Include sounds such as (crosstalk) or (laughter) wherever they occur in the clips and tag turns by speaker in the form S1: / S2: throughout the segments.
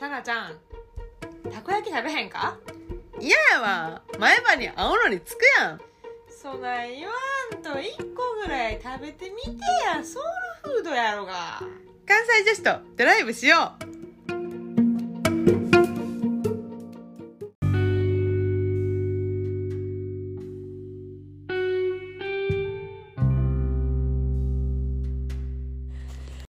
S1: なちゃんたこ焼き食べへんか
S2: 嫌やわ前歯に青のりつくやん
S1: そない言わんと1個ぐらい食べてみてやソウルフードやろが
S2: 関西女子とドライブしよう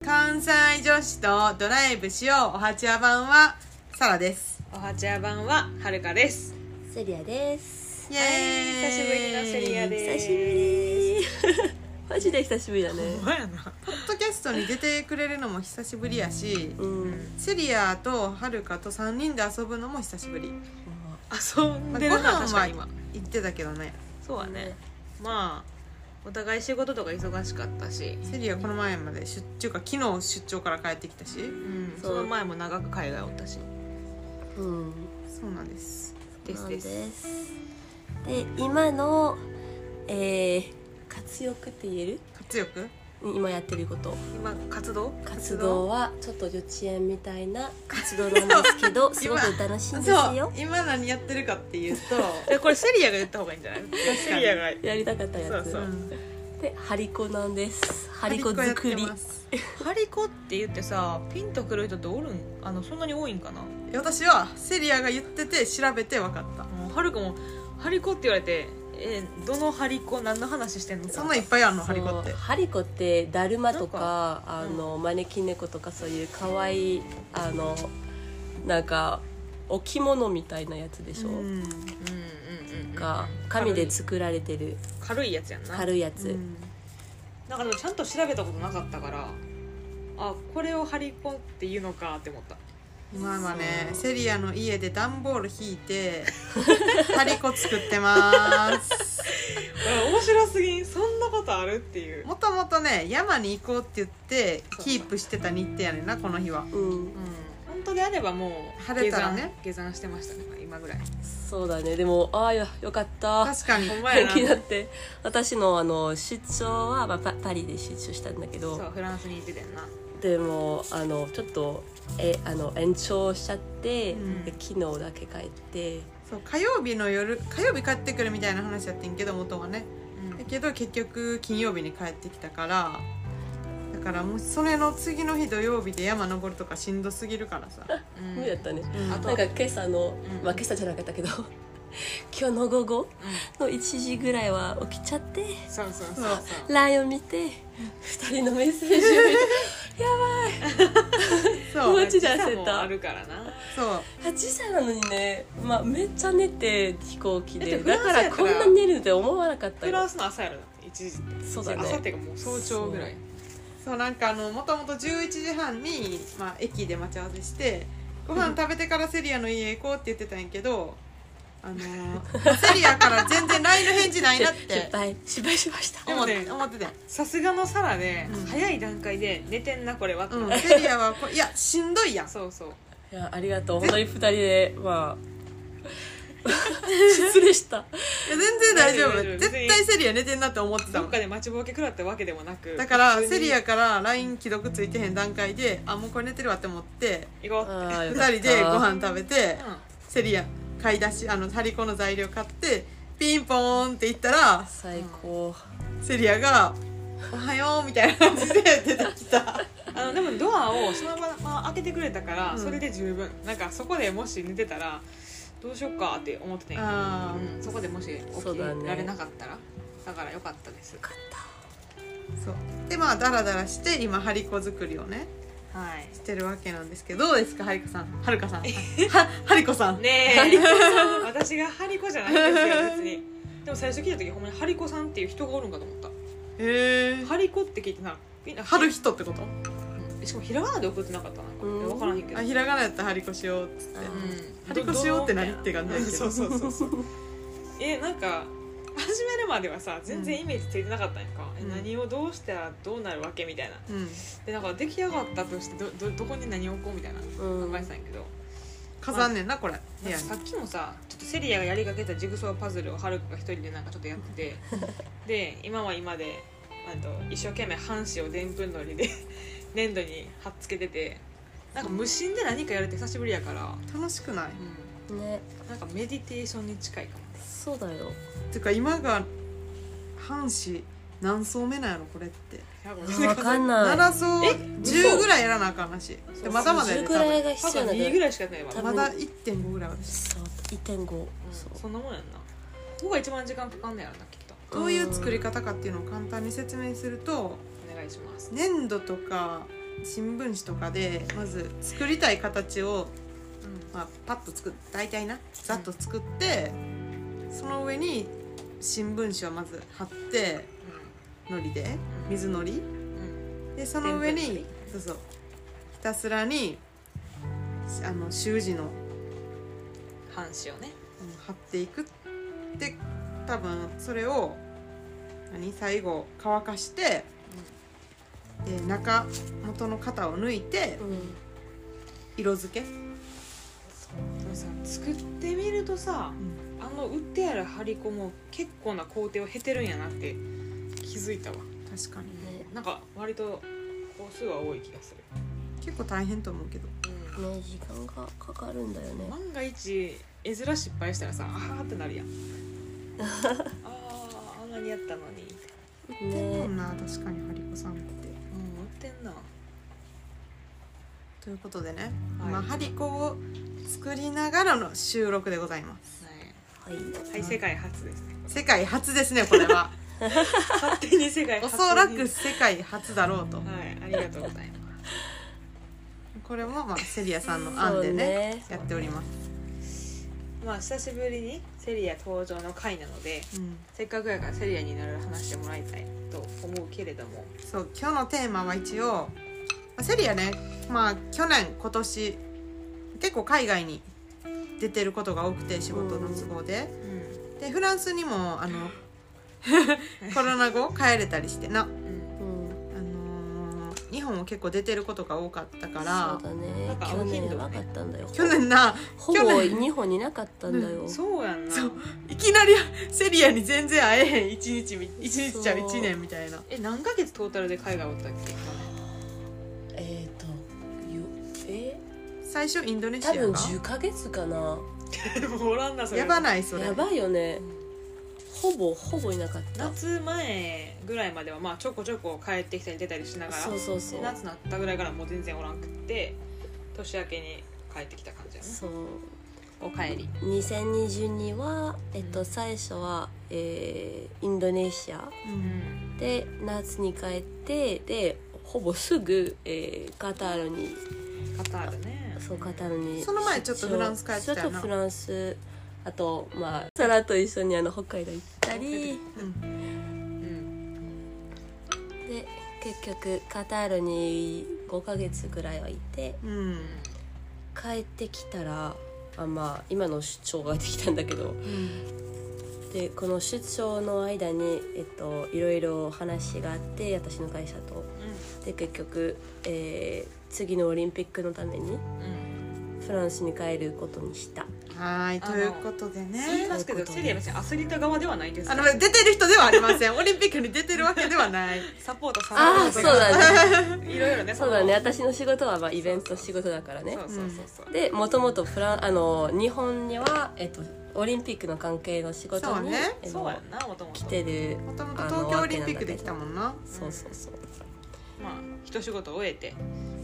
S2: 関西女子とドライブしようおはちや版はサラです
S1: おはちや版ははるかです
S3: セリアです
S2: イ
S1: は
S2: エーイ
S1: い久しぶりのセリアです
S3: 久しぶりマジで久しぶりだね
S1: ほんまやな
S2: ポッドキャストに出てくれるのも久しぶりやし、
S3: うん
S2: セリアとはるかと3人で遊ぶのも久しぶり、
S1: 遊ん
S2: まあ
S1: で
S2: ご
S1: るな
S2: 飯
S1: 確か
S2: は
S1: に今
S2: 行ってたけどね
S1: そうだねまあお互い仕事とか忙しかったし、
S2: セリアこの前まで出張か昨日出張から帰ってきたし
S1: うん、
S3: そ
S1: そうの前も長く海外おったし
S3: うん
S2: そうなんです
S1: です
S3: そう
S1: で
S3: ですすで今のえー、活躍って言える
S2: 活躍
S3: 今やってること
S1: 今活動
S3: 活動はちょっと幼稚園みたいな活動なんですけどすごく楽しいんです
S2: そう
S3: よ
S2: 今何やってるかっていうと
S1: えこれセリアが言った方がいいんじゃないセリアが
S3: やりたかったやつ
S1: そう
S3: でハリコなんですハ
S2: 張
S3: リコ作り
S1: ハリコって言ってさピンとくる人っておるんあのそんなに多いんかな
S2: 私はセリアが言ってて調べて分かった
S1: もうはるかもハリコって言われてえどのハリコ何の話してんの
S2: そんなんいっぱいあるのハリコっ
S3: そう
S2: て
S3: ハリコってだるまとか
S1: んか
S3: あの、招き猫とかそういうかわいいあのなんか置物みたいなやつでしょ、
S2: うん
S1: うんうんうんうん
S3: が紙で作られてる
S1: 軽いやつやんな
S3: 軽いやつ、
S2: うん
S1: なんかでもちゃんと調べたことなかったからあこれをハリコっていうのかって思った
S2: 今はね
S3: そう
S2: セリアの家で段ボール引いて (laughs) ハリコ作ってます
S1: あ面白すぎんそんなことあるっていう
S2: もともとね山に行こうって言ってキープしてた日程やねんなこの日は
S3: うん
S1: 本当であればもう
S2: 晴れたらね
S1: 下山下山してましたね今ぐらい
S3: そうだねでもああよよかった
S2: 確かに
S1: ほんまやな
S3: 元 (laughs) 気になって私のあの出張は、まあ、パパリで出張したんだけ
S1: そう
S3: ど
S1: フランスに行ってたよな
S3: でもあのちょっとえあの延長しちゃって、
S2: うん
S3: で昨日だけ帰って
S2: そう火曜日の夜火曜日帰ってくるみたいな話やってんけど元はねだけど結局金曜日に帰ってきたからだからもうそれの次の日土曜日で山登るとかしんどすぎるからさ、
S1: うん
S3: 無理だったね
S2: (laughs) うん
S1: あと
S3: なんか今朝の、
S1: うん
S3: まあ今朝じゃなかったけど (laughs) 今日の午後の1時ぐらいは起きちゃって
S1: うんそうそうそうそう
S3: LINE を見て2人のメッセージを見て
S1: (laughs)
S2: そう
S3: マジで焦った
S1: 時差もあるからな
S2: そう
S3: あ時差なのにね、まあ、めっちゃ寝て飛行機
S1: だっ
S3: で
S1: てフラ
S3: だ
S1: ンス
S3: か
S1: や
S3: ら
S1: った
S3: こ
S1: ら
S3: んな寝るって思わなかった
S1: フラ
S3: よ
S1: ンスの朝やろだって1時って
S3: そうだ
S1: 朝っ
S3: ね
S1: ていうかもう早朝ぐらい
S2: そうなんかあのもともと11時半に、まあ、駅で待ち合わせしてご飯食べてからセリアの家へ行こうって言ってたんやけどあのー (laughs) セリアから全然 LINE の返事ないなっ
S3: 失
S2: て
S3: 敗失敗しました
S1: で
S2: (laughs) 思
S1: も
S2: っ
S1: ね
S2: て思ってて、
S1: さすがのサラで、
S2: うん
S1: 早い段階で寝てんなこれはって、
S2: うん、セリアはこいやしんどいやん
S1: そうそう
S3: いやありがとう本当に2人で
S1: (laughs)
S3: まあ失礼した
S2: いや全然大丈
S1: 大
S2: 夫
S1: 丈夫
S2: 絶対セリア寝てんなって思ってた
S1: ど
S2: も
S1: っ
S2: ん
S1: かで待ちぼうけ食らったわけでもなく
S2: だから
S1: 普通
S2: セ
S1: に
S2: リアから LINE 既読ついてへん段階であもうこれ寝てるわって思って
S1: 行こうって
S3: 2
S2: 2人でご飯食べて
S1: うん
S2: セリア買い出しあのハリコの材料買ってピンポーンって行ったら
S3: 最高、
S2: セリアが「おはよう」みたいな感じで出てきた
S1: あのでもドアをそのまま開けてくれたから、
S2: うん
S1: それで十分なんかそこでもし寝てたらどうしようかって思ってたんや
S2: あ
S1: けどうんそこでもし起
S3: そうだ
S1: き
S3: ね
S1: られなかったらだ,、からよかったです
S3: よかっ
S2: そうでまあダラダラして今ハリコ作りをね
S1: はい
S2: してるわけなんですけどどうですかハリコさんはるかさんはハリコさん、
S1: ねえ私がハリコじゃないんですよ別にでも最初聞いた時ほんまにハリコさんっていう人がおるんかと思った
S2: へえ
S1: ハリコって聞いてなみんな
S2: 春人ってこと
S1: うんしかもひらがなで送ってなかったな
S3: うん
S1: 分からへんけど
S2: あひらがなやったらハリコしようっつって
S3: あ
S2: ハリコしようって何って感じだけど
S1: そうそうそうそうえなんか始めるまではさ全然イメージついてなかったんやんか、え
S2: うん
S1: 何をどうしたらどうなるわけみたいな
S2: うん
S1: でなんか出来上がったとしてどどどこに何を置こうみたいな
S3: た、
S1: 考
S3: うん
S1: えてたんやけど、
S2: 飾んねんなこれ部
S1: なん
S2: 屋
S1: か
S2: に
S1: さっきもさちょっとセリアがやりかけたジグソーパズルをハルクが一人でなんかちょっとや
S2: (laughs)
S1: っててで今は今で (laughs) あと一生懸命半紙をでんぷんのりで粘土に貼っつけててなんか無心で何かやるって久しぶりやから、
S2: 楽しくない
S1: うん
S3: ね
S1: なんかメディテーションに近いかもね
S3: そうだよ
S2: てか今が半紙何層目なんやろこれって
S3: わかんない
S2: 7層
S1: え嘘
S2: 10ぐらいやらなあかんなし
S1: そう
S2: でまだまだや
S3: 10
S2: で
S3: ぐらいが
S1: パ
S3: 必
S1: カ
S3: 要なんだ
S1: 2
S3: よ
S1: ぐらいしかやってないわ
S2: 多
S3: 多
S2: 分
S3: 分
S2: まだ1.5ぐらいは
S3: そう1.5そ
S1: そうそんなもんやんなここが一番時間かかんねやろなきっと
S2: どういう作り方かっていうのを簡単に説明すると
S1: お願いします
S2: 粘土とか新聞紙とかでまず作りたい形を、まあ、パッと作っ大体なざっと作ってその上に新聞紙をまず貼ってのりで水のり
S1: うんうん
S2: でその上
S1: テンプ
S2: にそうそうひたすらにあの習字の
S1: 半紙をね
S2: うん貼っていくで多分それを何最後乾かして、で中元の型を抜いて
S3: うん
S2: 色付け、
S1: でもさ作ってみるとさあの売ってある張り子も結構な工程を経てるんやなって気づいたわ
S2: 確かに
S3: ね
S1: なんか割と工数は多い気がする、
S2: 結構大変と思うけど
S1: う
S3: ね時間がかかるんだよね
S1: ん、万が一絵面失敗したらさあーってな (laughs) るやんあーあんなにやったのに
S2: でも
S3: ね
S2: な確かに張り子さんって
S1: うん売ってんな
S2: ということでね、
S1: はい
S2: まあ、張り子を作りながらの収録でございます
S3: はい
S1: はい、世界初ですね。
S2: 世界初ですねこれ (laughs) は
S1: 勝手に世界
S2: お
S1: 初に。
S2: そらく世界初だろうと
S1: はい、ありがとうございま
S2: これもまあセリアさんの案でね
S3: そう
S2: やっております、
S1: す。まあ久しぶりにセリア登場の回なので、
S2: うん、
S1: せっかくやからセリアになる話してもらいたいと思うけれども、
S2: そう今日のテーマは一応まあセリアねまあ去年今年結構海外に出てることが多くて仕事の都合で、
S1: う
S2: でフランスにもあ
S3: (laughs)
S2: のコロナ後帰れたりしてな、
S1: ん、うん、
S3: う
S2: あ
S3: ん
S2: のー日本も結構出てることが多かったか
S3: そう
S2: ら
S3: だ
S1: な
S3: ね
S1: んか
S3: 去
S1: 青頻
S3: 年
S1: 度が
S3: な
S1: ね
S3: かったんだよ
S2: 去年な
S3: ほ
S2: 去
S3: ぼ
S2: 年
S3: 日本にいなかったんだよ
S1: そうやんな。
S2: そういきなり (laughs) セリアに全然会えへん一日み一日じゃう
S3: そう
S2: 一年みたいな
S1: え、何ヶ月トータルで海外おったっけ？
S3: えっとよえ
S2: 最初インドネシ
S3: 多
S2: ア
S3: 分
S2: が
S3: 10ヶ月かな
S1: もうおらんなそれ。
S2: やばないそれ
S3: やばいよねほぼほぼいなかった
S1: 夏前ぐらいまではまあちょこちょこ帰ってきたり出たりしながら、
S3: そうそうそう
S1: で夏なったぐらいからもう全然おらんくって、年明けに帰ってきた感じやね。
S3: そう
S1: お帰り。
S3: 2022は、えっ
S1: う
S3: と、
S1: ん
S3: 最初は、えーインドネシア
S2: う
S1: うんん。
S3: で夏に帰ってでほぼすぐ、えーカタールに
S1: カタールね。
S3: そうカタールに
S2: その前ちょっとフランス帰ってたよ
S3: ち
S2: な
S3: ょっとフランスあとまあサラと一緒にあの北海道行ったり
S2: うん
S1: うん。
S3: で結局カタールに5ヶ月ぐらいはいて
S2: うん
S3: 帰ってきたらあまあ今の出張ができたんだけど
S2: うん
S3: でこの出張の間に、えっと、いろいろ話があって私の会社とで結局、えー次のオリンピックのために
S1: うん。うん。
S3: フランスに帰ることにした
S2: はーいということで
S1: 言い
S2: ね
S1: ますけど、セリア別にアスリート側ではないです
S2: あ
S1: か
S2: の
S1: ら。
S2: 出てる人ではありませんオ (laughs) リンピックに出てるわけではない
S1: サポートさ
S3: ああ
S1: れ
S3: そう
S1: る
S3: だね
S1: ね。いろいろね。
S3: そうだね
S1: の
S3: 私の仕事はまあイベント仕事だからね
S1: そうそうそうそう。
S3: でもともとフランあの日本には、えっと、オリンピックの関係の仕事
S2: そう
S3: に、
S2: ね
S3: えっと
S1: そうやんな、もともと。
S3: 来てる
S2: もともと東京オリンピックできたもんな
S3: そうそうそう
S1: まあ、一仕事終えて、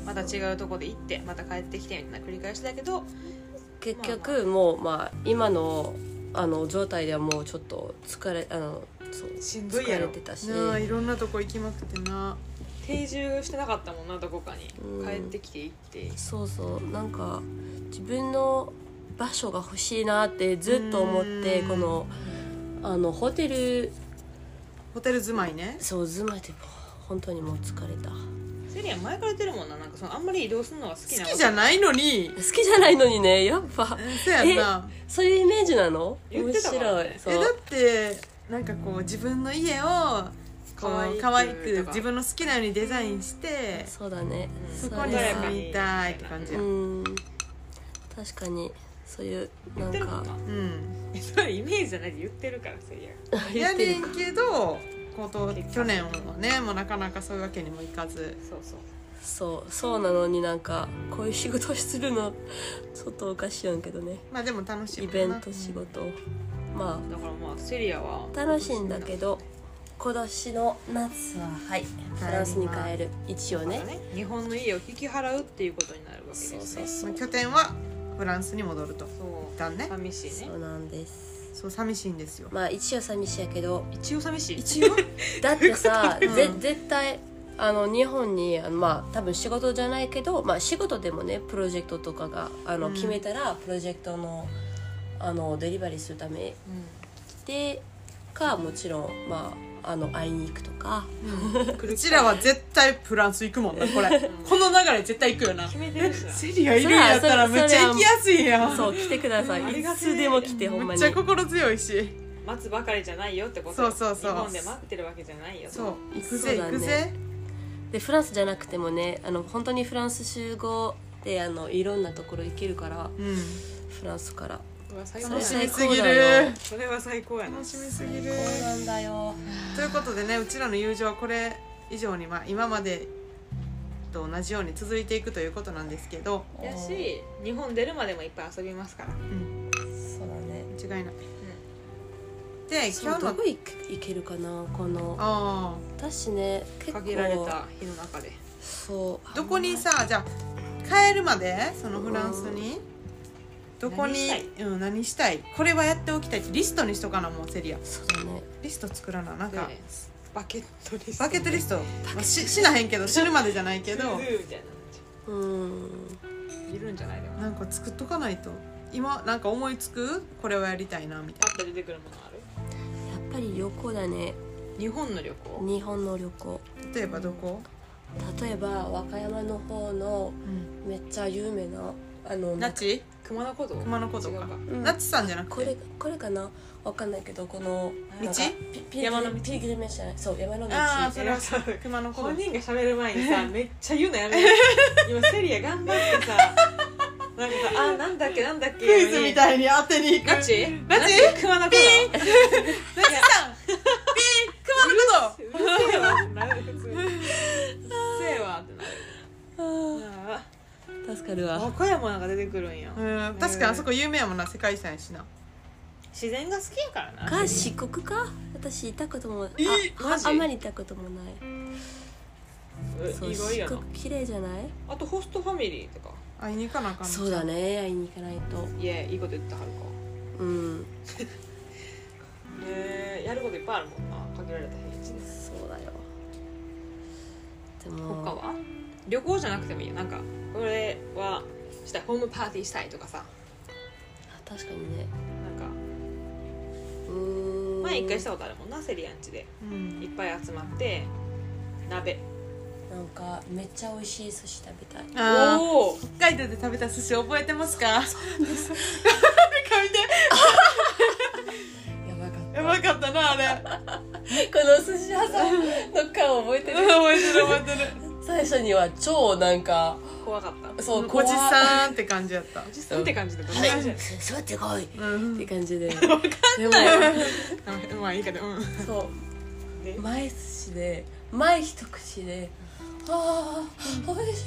S1: また違うとこで行って、また帰ってきてみたいな繰り返しだけど、
S3: 結局もうまあ今のあの状態ではもうちょっと疲れあのそう
S1: しんどいや
S3: 疲れ
S1: ろ
S3: て。たし
S2: なあいろんなとこ行きまくってな
S1: 定住してなかったもんな、どこかに
S3: う。ん
S1: 帰ってきて行って。
S3: そうそうなんか自分の場所が欲しいなってずっと思って
S2: うん
S3: このあのホテル
S2: ホテル住まいね
S3: そう住まいでも本当にもう疲れた好
S1: セリア前から出るもんな、なんかそのあんまり移動するのが好きな。
S2: 好きじゃないのに
S3: きじゃないのにねやっぱ
S2: うんそうやんな
S3: そういうイメージなの
S1: 言っ
S3: 面
S1: てたか
S3: 白
S1: ら
S3: い
S1: ね
S3: そ
S2: えだっ
S3: う
S2: てなんかこう自分の家をこ
S1: 可愛
S2: う
S1: く
S2: 可愛
S1: と
S2: く
S1: か
S2: 自分の好きなようにデザインして
S3: そうだね
S1: うん
S2: そ
S3: れ
S2: こに
S3: は
S2: 住みたいって感じ
S3: う
S2: や
S3: ん確かにそういう
S1: 言
S3: なん
S1: ってるもん
S3: か
S1: な。
S2: うん
S1: えそれイメージじゃないで言ってるから、セリア。
S2: や
S3: 言
S2: ね
S3: ってる
S2: んけどこと去年はねもうなかなかそういうわけにもいかず
S1: そうそう。
S3: そうそうなのになんかこういう仕事するのちょっとおかしいやんけどね
S2: まあでも楽しい
S3: イ
S2: もんな
S3: ベント仕事ま
S1: だからまあセリアは
S3: あ楽しいんだけど今年の夏ははいフランスに帰る一応ね
S1: まだね日本の家を引き払うっていうことになるわけです
S3: そ
S1: ね
S3: うそう
S1: そ
S3: そう
S2: まあ拠点はフランスに戻ると
S1: う
S2: 一旦ね
S1: 寂しいね
S3: そうなんです
S2: そう寂しいんですよ
S3: まあ一応寂しいやけど
S1: 一応寂しい
S3: 一応だってさ、
S2: (laughs) うん
S3: ぜ絶対あの日本にあのまあ多分仕事じゃないけど、まあ、仕事でもねプロジェクトとかがあの、
S2: うん
S3: 決めたらプロジェクトのあのデリバリーするためでかもちろん、まあ、あの会いに行くとか
S1: (laughs) 来
S2: う
S1: る
S2: ちらは絶対フランス行くもんなこれこの流れ絶対行くよな
S1: 決めてるしな
S2: セリアいるんやったら
S3: そ
S2: め
S3: れ
S2: っ
S3: は
S2: ちゃ行きやすいやん
S3: そう来てくださ
S1: あ
S3: い
S1: り
S3: い
S1: がてえ
S3: つでも来てほん
S2: め
S3: ま
S2: っ
S3: に
S2: ちゃ心強いし
S1: 待つばかりじゃないよってこと
S2: そうそうそう
S1: 日本で待ってるわけじゃないよ
S2: そう行く
S3: そう
S2: ぜ
S3: だ
S2: 行
S3: ね
S2: くぜ
S3: でフランスじゃなくてもねあの本当にフランス集合であのいろんなところ行けるから
S2: うん
S3: フランスから
S1: うわ最高
S3: そ
S1: や
S2: 楽
S3: れ
S2: し
S1: な
S2: みすぎ
S3: 最高だ
S2: る
S3: よ
S1: それは最高やな
S2: 楽しみすぎる
S3: そうなんだよ
S2: ということでねうちらの友情はこれ以上に、まあ、今までと同じように続いていくということなんですけど、
S1: やし日本出るまでもいっぱい遊びますから
S2: うん、
S3: そうだね
S2: 違いないで
S3: そう
S2: 今日
S3: ど
S2: の
S3: こ行け行けるかなこの
S2: あ
S3: 私ね結構
S1: 限られた日の中で
S3: そう
S2: ーどこにさじゃあ帰るまでそのフランスにどこに
S1: 何したい
S2: うん、何したいこれはやっておきたいってリストにしとかなもうセリア
S3: そうだね
S2: リスト作らななん
S1: そう
S2: か
S1: ねバケットリスト
S2: バケットリス
S1: ト
S2: ト、まあ、ししなへんけど死ぬまでじゃないけ
S1: け
S2: ど
S1: どみたい
S3: うん
S1: ないるんじゃないでも
S2: なんか作っとかないと今なんか思いつくこれをやりたいなみたい
S1: パッと出てくるものある
S3: やっぱり旅行だね
S1: 日本の旅行
S3: 日本の旅行
S2: な例えばどこ、
S3: 例えば和歌山の方の
S2: うん、
S3: めっちゃ有名なあの
S2: なっち
S1: 熊野古道
S2: 熊野古道
S1: 違う
S2: か
S1: か
S3: うん
S2: ナッチさんじゃなく
S3: こ
S2: て
S3: れこれかなわかんないけどこの
S1: 道
S3: なんかピピ
S2: 山の道
S3: ピーグリメじゃないそう山の道
S2: ああそれは
S1: それ
S2: 熊野古
S1: 本
S2: 道
S1: 人が喋る前に (laughs) さめっちゃ言うのやめて今セリア頑張って (laughs) さなんかさあなんだっけなんだっけ
S2: クイズみ
S1: い
S2: たいに当てに行く
S1: ガチ
S2: ナチ
S1: チ熊野古道
S2: ナッチさんピー
S1: (laughs)
S2: 熊
S1: うるせえわってなる普通にうるせえわってなるあ
S3: 助かる
S1: あ
S3: わ
S1: 和歌山なんか出てくるんや
S2: 野古道うん確かにあそこ有名やもんな世界遺産やしな
S1: 自然が好きやからな
S3: か四国か私行ったこともあ
S2: え
S1: マ
S3: あ
S1: ジ
S3: あまり行ったこともないそう
S1: 意外
S3: 四
S1: やな
S3: 国綺麗じゃない
S1: あとホストファミリーとか
S2: 会いに行かなあかんの
S3: そうだね会いに行かないと
S1: いやいいこと言ってはるか
S3: うん
S1: えーやることいっぱいあるもんな限られた平日です
S3: そうだよでも
S1: 他は旅行じゃなくてもいいよなんかこれはしたいホームパーティーしたいとかさ
S3: あ確かにね
S1: なんか
S3: うーん
S1: 前一回したことあるもんなセリアンチで
S2: うん
S1: いっぱい集まって鍋
S3: なんかめっちゃ美味しい寿司食べたい
S2: あー
S1: おお
S2: 北海道で食べた寿司覚えてますかそうなんです
S3: やばかっ
S2: やばかったなあれ
S3: この寿司屋さんの顔覚えてる
S2: 覚えてる覚えてる
S3: 最初には超なんか
S1: 怖かった
S3: そ
S2: うん
S3: う
S2: おじ
S3: 怖い
S2: さんって感じやった
S1: おじさんって感じでどんな
S3: は
S1: 感
S3: い
S1: じやね
S3: 座ってこいっ
S2: うん
S3: て感じで分かんない
S1: ん (laughs) うんまあいいけどうん
S3: そ
S1: で
S3: う前寿司で前一口でああ美味しい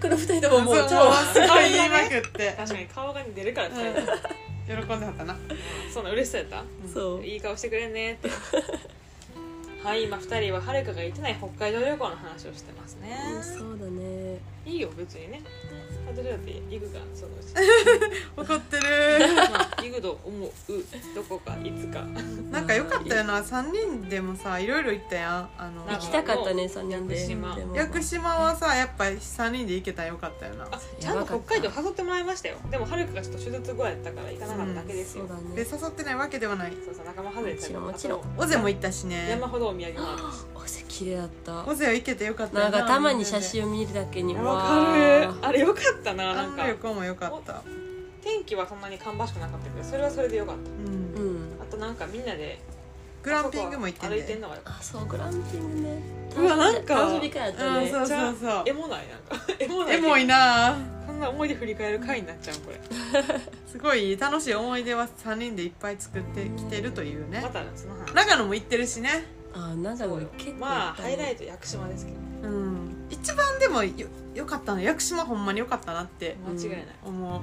S3: この二人とももう
S2: そう
S3: 超
S2: すごい言いまくって
S1: 確かに顔が出るから疲れた
S2: 喜んではったな
S1: そんな嬉しそうやった
S3: そう
S1: いい顔してくれんねってはい今2人ははるかが行ってない北海道旅行の話をしてますね
S3: そうだね
S1: いいよ別にね私だって行くからそのうち、
S2: 怒ってる
S1: まあ、 (laughs) 行くと思うどこかいつか
S2: なんか良かったよな3人でもさいろいろ行ったやんあの
S1: な
S3: 行
S1: ん
S3: きたかったね3人で
S1: 屋久島
S3: でも
S2: 屋久島はさやっぱ3人で行けたらよかったよな
S1: あちゃんと北海道誘ってもらいましたよでもはるかがちょっと手術後やったから行かなかっただけです
S3: そ
S1: よ、
S3: うだね
S2: で誘ってないわけではない
S1: そうそう仲間外れちゃう
S3: もちろんもち
S2: 尾瀬も行ったしね
S1: 山ほどお土産もある
S3: おせ綺麗だった
S2: 尾瀬は行けてよかったよ
S3: なんかたまに写真を見るだけに
S1: いや
S3: わ
S1: わ
S3: ー
S1: かるあれよかったな
S2: あ
S1: なん
S2: の
S1: か
S2: 旅行もよかった
S1: 天気はそんなに芳しくなかったけどそれはそれでよかっ
S2: うん
S3: うん
S1: たあとなんかみんなで
S2: グランピングも行って
S1: 歩いてん
S2: ね
S1: のがよかっ
S3: あそうグランピングね
S1: うわなんか
S3: 楽しみ会やった
S2: うん
S3: ね
S2: そう
S1: じ
S2: そ
S1: ゃあ
S2: うそ
S1: たエモないなん
S2: (laughs)
S1: かエモ
S2: う
S1: ない
S2: エモいな
S1: こんな思い出振り返る回になっちゃうこれ
S2: すごい楽しい思い出は3人でいっぱい作ってきてるというね
S1: またその話
S2: 長野も行ってるしね
S3: あなんだろ
S1: そう
S3: う
S1: よ
S3: 結構
S1: まあハイラ
S3: イ
S1: イト屋久島ですけど
S2: うん、一番でもよよかったの屋久島ほんまによかったなって
S1: 間違いない、
S2: 思う、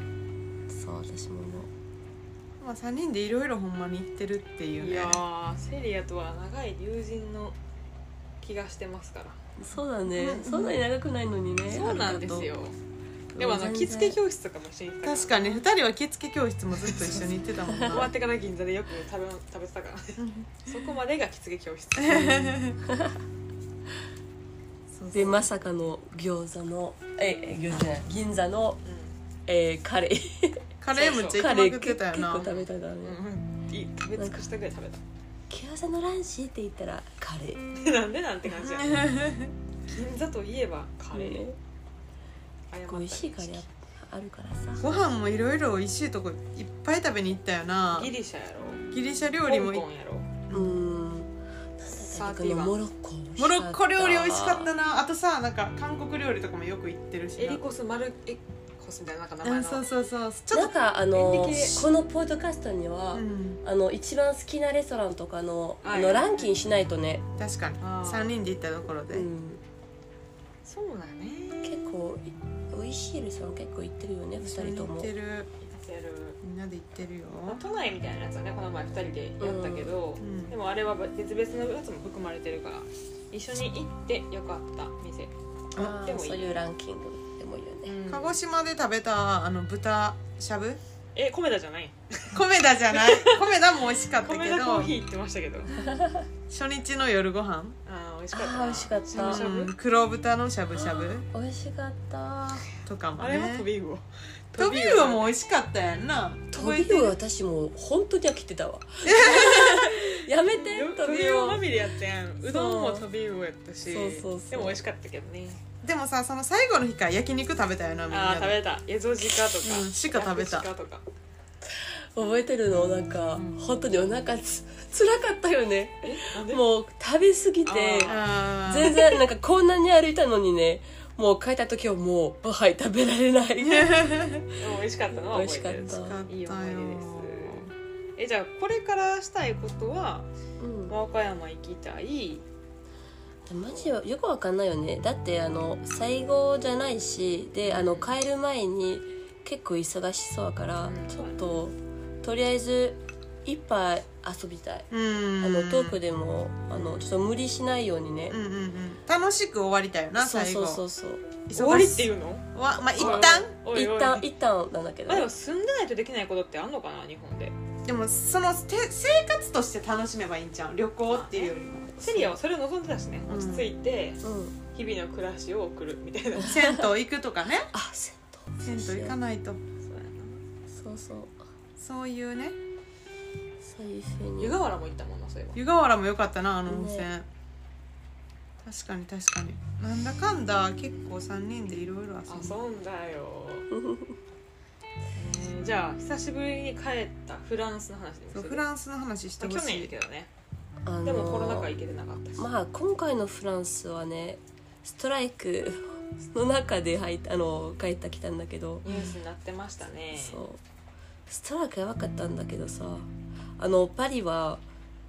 S3: トそう私ももう
S2: まあ、3人でいろいろほんまに行ってるってい
S1: い
S2: うね
S1: やーセリアとは長い友人の気がしてますから
S3: そうだね、
S2: うん
S3: そんなに長くないのにね
S1: そうなんですよでもあの
S3: 全然
S1: 着付け教室とかも一緒に行ってた
S2: 確かに2人は着付け教室もずっと一緒に行ってた
S1: (laughs)
S2: もんな
S1: 終わってから銀座でよく食べ食べてたからねそこまでが着付け教室
S2: そうそう
S3: でまさかの餃子のええ餃子じゃない銀座の、えー、カレー
S2: カレーむっちゃ
S3: カ
S2: 行き
S3: レ
S2: まく
S3: ー
S2: って
S3: 結
S2: たよな
S3: 構食べたからね
S1: うん、うん、いい食べ尽くしたぐらい食べた (laughs)
S3: 餃子のランチって言ったらカレー
S1: なんでなんて感じや銀座といえばカレー、
S3: ね
S1: 謝った
S3: 美味しいカレーあるからさ
S2: (laughs) ご飯もいろいろ美味しいとこいっぱい食べに行ったよな
S1: ギリシャやろ
S2: ギリシャ料
S1: 香
S2: 理もい
S1: 港やろ
S3: うーんなんだったっけ
S1: 31
S3: モロッコ
S2: モロッコ料理美味しかったなあとさなんか韓国料理とかもよく行ってるしな
S1: エリコスマルエコスみたいななんか名前の
S2: あそうそうそうちょ
S3: な
S2: っ
S3: んかあの
S1: 便利系
S3: このポッドキャストに
S2: と、
S3: は、
S2: うん、
S3: あの一番好きなレストランとかのあ
S1: は
S3: の
S1: い
S3: ランキングしないとね、
S2: 確かに
S1: あー
S2: 3人で行ったところで、
S3: うん、
S1: そうだね
S3: 結構い美味しいレストラン結構行ってるよね二
S2: 一緒に
S3: 人と
S2: 行っ
S3: も
S2: てる
S1: やる
S2: みんなで行ってるよ、
S1: まあ都内みたいなやつはねこの前2人でやったけど、
S2: うん
S1: でもあれは別々のやつも含まれてるから一緒に行ってよかった店、
S3: あ
S1: で
S3: ー
S1: もいい
S3: そういうランキングでもいいよね、
S2: 鹿児島で食べたあの豚しゃぶ
S1: え米田じゃない
S2: 米田じ
S1: (laughs)
S2: ゃない米田も美味しかったけど
S1: 米田コーヒー行ってましたけど
S2: 初日の夜ご飯
S1: あー美味しかったな
S3: ああー美味しかっ
S1: しゃぶしゃ
S3: た
S1: ぶ
S2: うん黒豚のしゃぶしゃぶ
S3: 美味しかった
S2: とかも
S1: あ
S2: ね
S1: れもトビウオ
S2: トビウオも美味しかったやんな
S3: ト
S2: 覚え
S3: ビ
S2: てる
S3: ウオ私もう本当に飽き
S2: (laughs)
S3: てたわやめて
S1: ト
S3: ト
S1: ビ
S3: ビ
S1: ウ
S3: ウ
S1: オ
S3: オ
S1: まみれやったやん
S3: そう
S1: うどんもトビウオやったし
S3: そうそうそう
S1: でも美味しかったけどね
S2: でもさその最後の日から焼肉食べたよなみん
S1: ああ
S2: な
S1: 食
S2: で
S1: べたエゾジカとか、
S2: うん鹿食べた
S1: ヤクシカとか
S3: 覚えてるのなんか、本当にお腹つつらかったよね
S1: なんで
S3: もう食べ過ぎて
S1: あ
S2: あー
S3: 全然なんかこんなに歩いたのにねもう帰った時はもうご飯食べられない
S1: で
S2: (laughs)
S1: も美味しかったのは
S3: 美
S1: 覚
S3: 味し
S1: え
S3: か
S1: て
S3: っ
S1: る
S2: た
S3: た、
S1: いい思い出ですえじゃあこれからしたいことは
S3: うん
S1: 和歌山行きたい
S3: マジよよくわかんないよねだってあの最後じゃないしであの帰る前に結構忙しそうだから、
S1: うん
S3: ちょっととりあえず一杯遊びたい、
S2: うん
S3: あのトークでもあのちょっと無理しないようにね
S2: う、んうんうん楽しく終わりたいよな
S3: そう
S2: 最
S3: そ
S2: 後
S3: うそうそう
S2: 忙し
S1: 終わりっていうの
S2: わまあ一旦
S1: おい
S3: 一
S1: おい
S3: 旦一旦なんだけど
S1: まあ
S3: ね、
S1: でも住んでないとできないことってあんのかな日本で
S2: でもそのて生活として楽しめばいいんじゃん旅行っていうよりも
S1: セリアはそれを望んでたしね
S2: うん
S1: 落ち着いて
S3: うん
S1: 日々の暮らしを送るみたいな、そう
S2: 銭湯行くとかね
S3: あ銭
S2: 銭湯行かないと
S1: やな
S3: 湯そうそう
S2: そういうね
S3: そういうふうに
S1: 湯河原も行ったもんなそういえば
S2: 湯河原も良かったなあの温泉、
S3: ね
S2: 確かに確かになんだかんだ結構3人でいろいろ遊んだ
S1: 遊んだ (laughs) よ、えーじゃあ久しぶりに帰ったフランスの話で
S2: そ
S1: も
S2: う
S1: す
S2: フ
S1: るま
S2: ランスの話して
S1: あ
S2: ほ
S1: 去
S2: し
S1: 年
S2: い
S1: だけどね
S3: あのー
S1: でもコロナ禍行けてなかったし、
S3: まあ今回のフランスはねストライクの中で入っあの帰ってきたんだけど、
S1: ニュースになってましたね
S3: そうストライクやばかったんだけどさあのパリは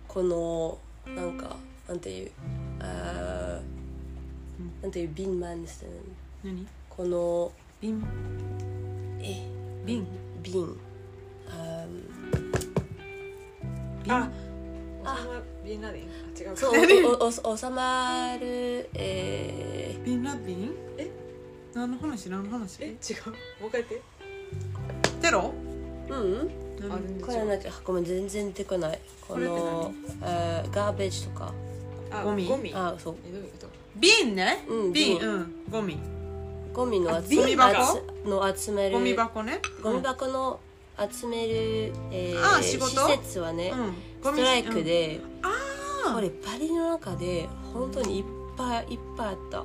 S3: このなんかなんていうあーなんていうビンマンですね
S2: 何
S3: この
S2: 瓶
S3: え
S2: 瓶
S3: 瓶あー
S1: あ
S2: 瓶
S1: オサマビンラディンあ違うか
S3: そうおおお収まるえー
S2: 瓶ラディン
S1: え
S2: 何の話何の
S1: (laughs) え違
S2: 話
S1: うもう一回やって
S2: テロ
S3: うん
S2: 何
S1: あ全然
S3: これなんかごめん全然出てこないこのあーガーベージとか
S1: あ
S2: ゴミ
S1: ゴミ
S3: あそう
S1: えどういうこと
S2: 瓶ね
S3: うん
S2: 瓶
S3: 瓶
S2: うんゴミ
S3: ゴミの
S2: あ
S3: 集め
S2: ゴミ箱
S3: 集の集める
S2: ゴミ箱ね
S3: ゴミ箱の集める、えー
S2: あー仕事
S3: 施設はね、
S2: うんゴ
S3: ス
S2: ミ
S3: トライクで、
S2: ー
S3: これパリの中で本当にいっぱいいっぱいあった